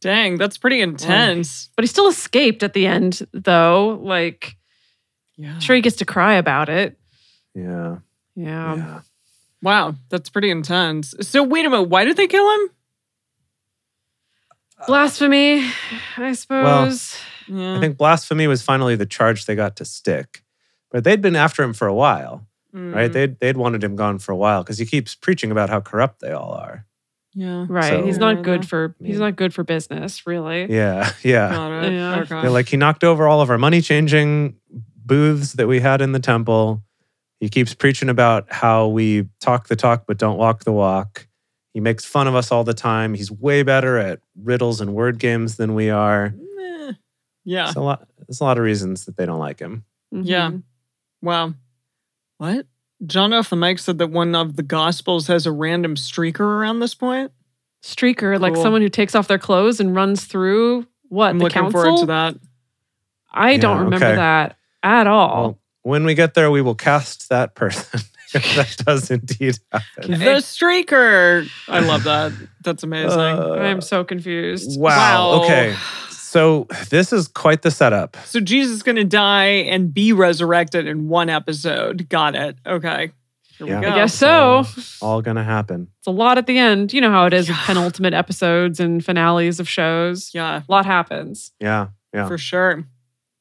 Speaker 2: Dang, that's pretty intense.
Speaker 4: But he still escaped at the end, though. Like,
Speaker 2: Yeah.
Speaker 4: sure, he gets to cry about it.
Speaker 5: Yeah.
Speaker 4: Yeah.
Speaker 5: yeah.
Speaker 2: Wow, that's pretty intense. So wait a minute, why did they kill him?
Speaker 4: Blasphemy, I suppose.
Speaker 2: Yeah.
Speaker 5: I think blasphemy was finally the charge they got to stick. But they'd been after him for a while, right?
Speaker 2: Mm.
Speaker 5: They'd, they'd wanted him gone for a while because he keeps preaching about how corrupt they all are.
Speaker 2: yeah.
Speaker 4: right.
Speaker 5: So-
Speaker 4: he's
Speaker 2: Yeah.
Speaker 4: not good for
Speaker 5: Yeah.
Speaker 4: he's not good for business, really.
Speaker 5: Yeah, yeah.
Speaker 2: Got it.
Speaker 4: Yeah.
Speaker 2: Okay.
Speaker 5: They're like, he knocked over all of our money changing booths that we had in the temple. He keeps preaching about how we talk the talk but don't walk the walk. He makes fun of us all the time. He's way better at riddles and word games than we are.
Speaker 2: Meh. Yeah.
Speaker 5: There's a lot. There's a lot of reasons that they don't like him.
Speaker 2: Yeah.
Speaker 4: Mhm.
Speaker 2: Wow. What? John off the mic said that one of the gospels has a random streaker around this point.
Speaker 4: Streaker, like
Speaker 2: Cool.
Speaker 4: someone who takes off their clothes and runs through what
Speaker 2: I'm
Speaker 4: the
Speaker 2: looking
Speaker 4: council.
Speaker 2: forward to that.
Speaker 4: I don't
Speaker 5: Yeah,
Speaker 4: remember
Speaker 5: okay.
Speaker 4: that at all.
Speaker 5: Well, when we get there, we will cast that person. that does indeed happen.
Speaker 2: The streaker. I love that. That's amazing.
Speaker 5: Uh,
Speaker 4: I'm so confused.
Speaker 5: wow.
Speaker 2: Wow.
Speaker 5: Okay. So this is quite the setup.
Speaker 2: So Jesus is going to die and be resurrected in one episode. Got it. Okay. Here
Speaker 5: Yeah.
Speaker 2: we go.
Speaker 4: I guess so.
Speaker 5: All gonna happen.
Speaker 4: It's a lot at the end. You know how it is with
Speaker 2: Yeah.
Speaker 4: penultimate episodes and finales of shows.
Speaker 2: Yeah,
Speaker 4: A lot happens.
Speaker 5: Yeah. Yeah.
Speaker 2: for sure.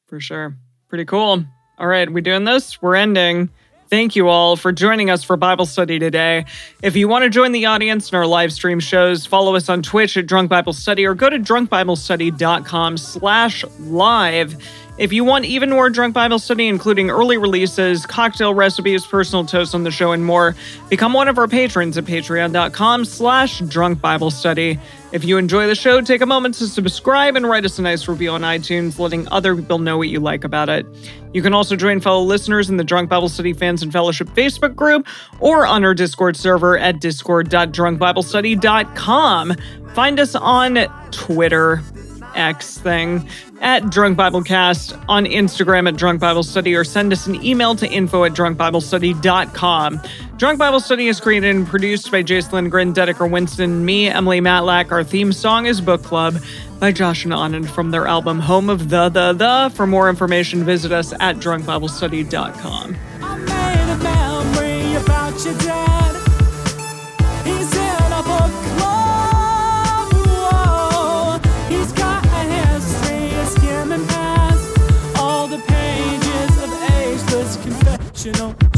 Speaker 2: For sure. Pretty cool. All right, we doing this? We're ending. Thank you all for joining us for Bible study today. If you want to join the audience in our live stream shows, follow us on Twitch at Drunk Bible Study or go to drunkbiblestudy.com slash live. If you want even more Drunk Bible Study, including early releases, cocktail recipes, personal toasts on the show, and more, become one of our patrons at patreon.com slash drunk Bible study. If you enjoy the show, take a moment to subscribe and write us a nice review on iTunes, letting other people know what you like about it. You can also join fellow listeners in the Drunk Bible Study Fans and Fellowship Facebook group or on our Discord server at discord.drunkbiblestudy.com. Find us on Twitter. X thing at Drunk Biblecast on Instagram at Drunk Bible Study or send us an email to info at drunkbiblestudy.com. Drunk Bible Study is created and produced by Jace Lindgren, Dedeker Winston, and me, Emily Matlack. Our theme song is Book Club by Josh and Anand from their album Home of the The The. For more information, visit us at drunkbiblestudy.com.
Speaker 1: I made a memory about your dad. He's in a book club. Whoa. He's got a history of skimming past all the pages of ageless confessional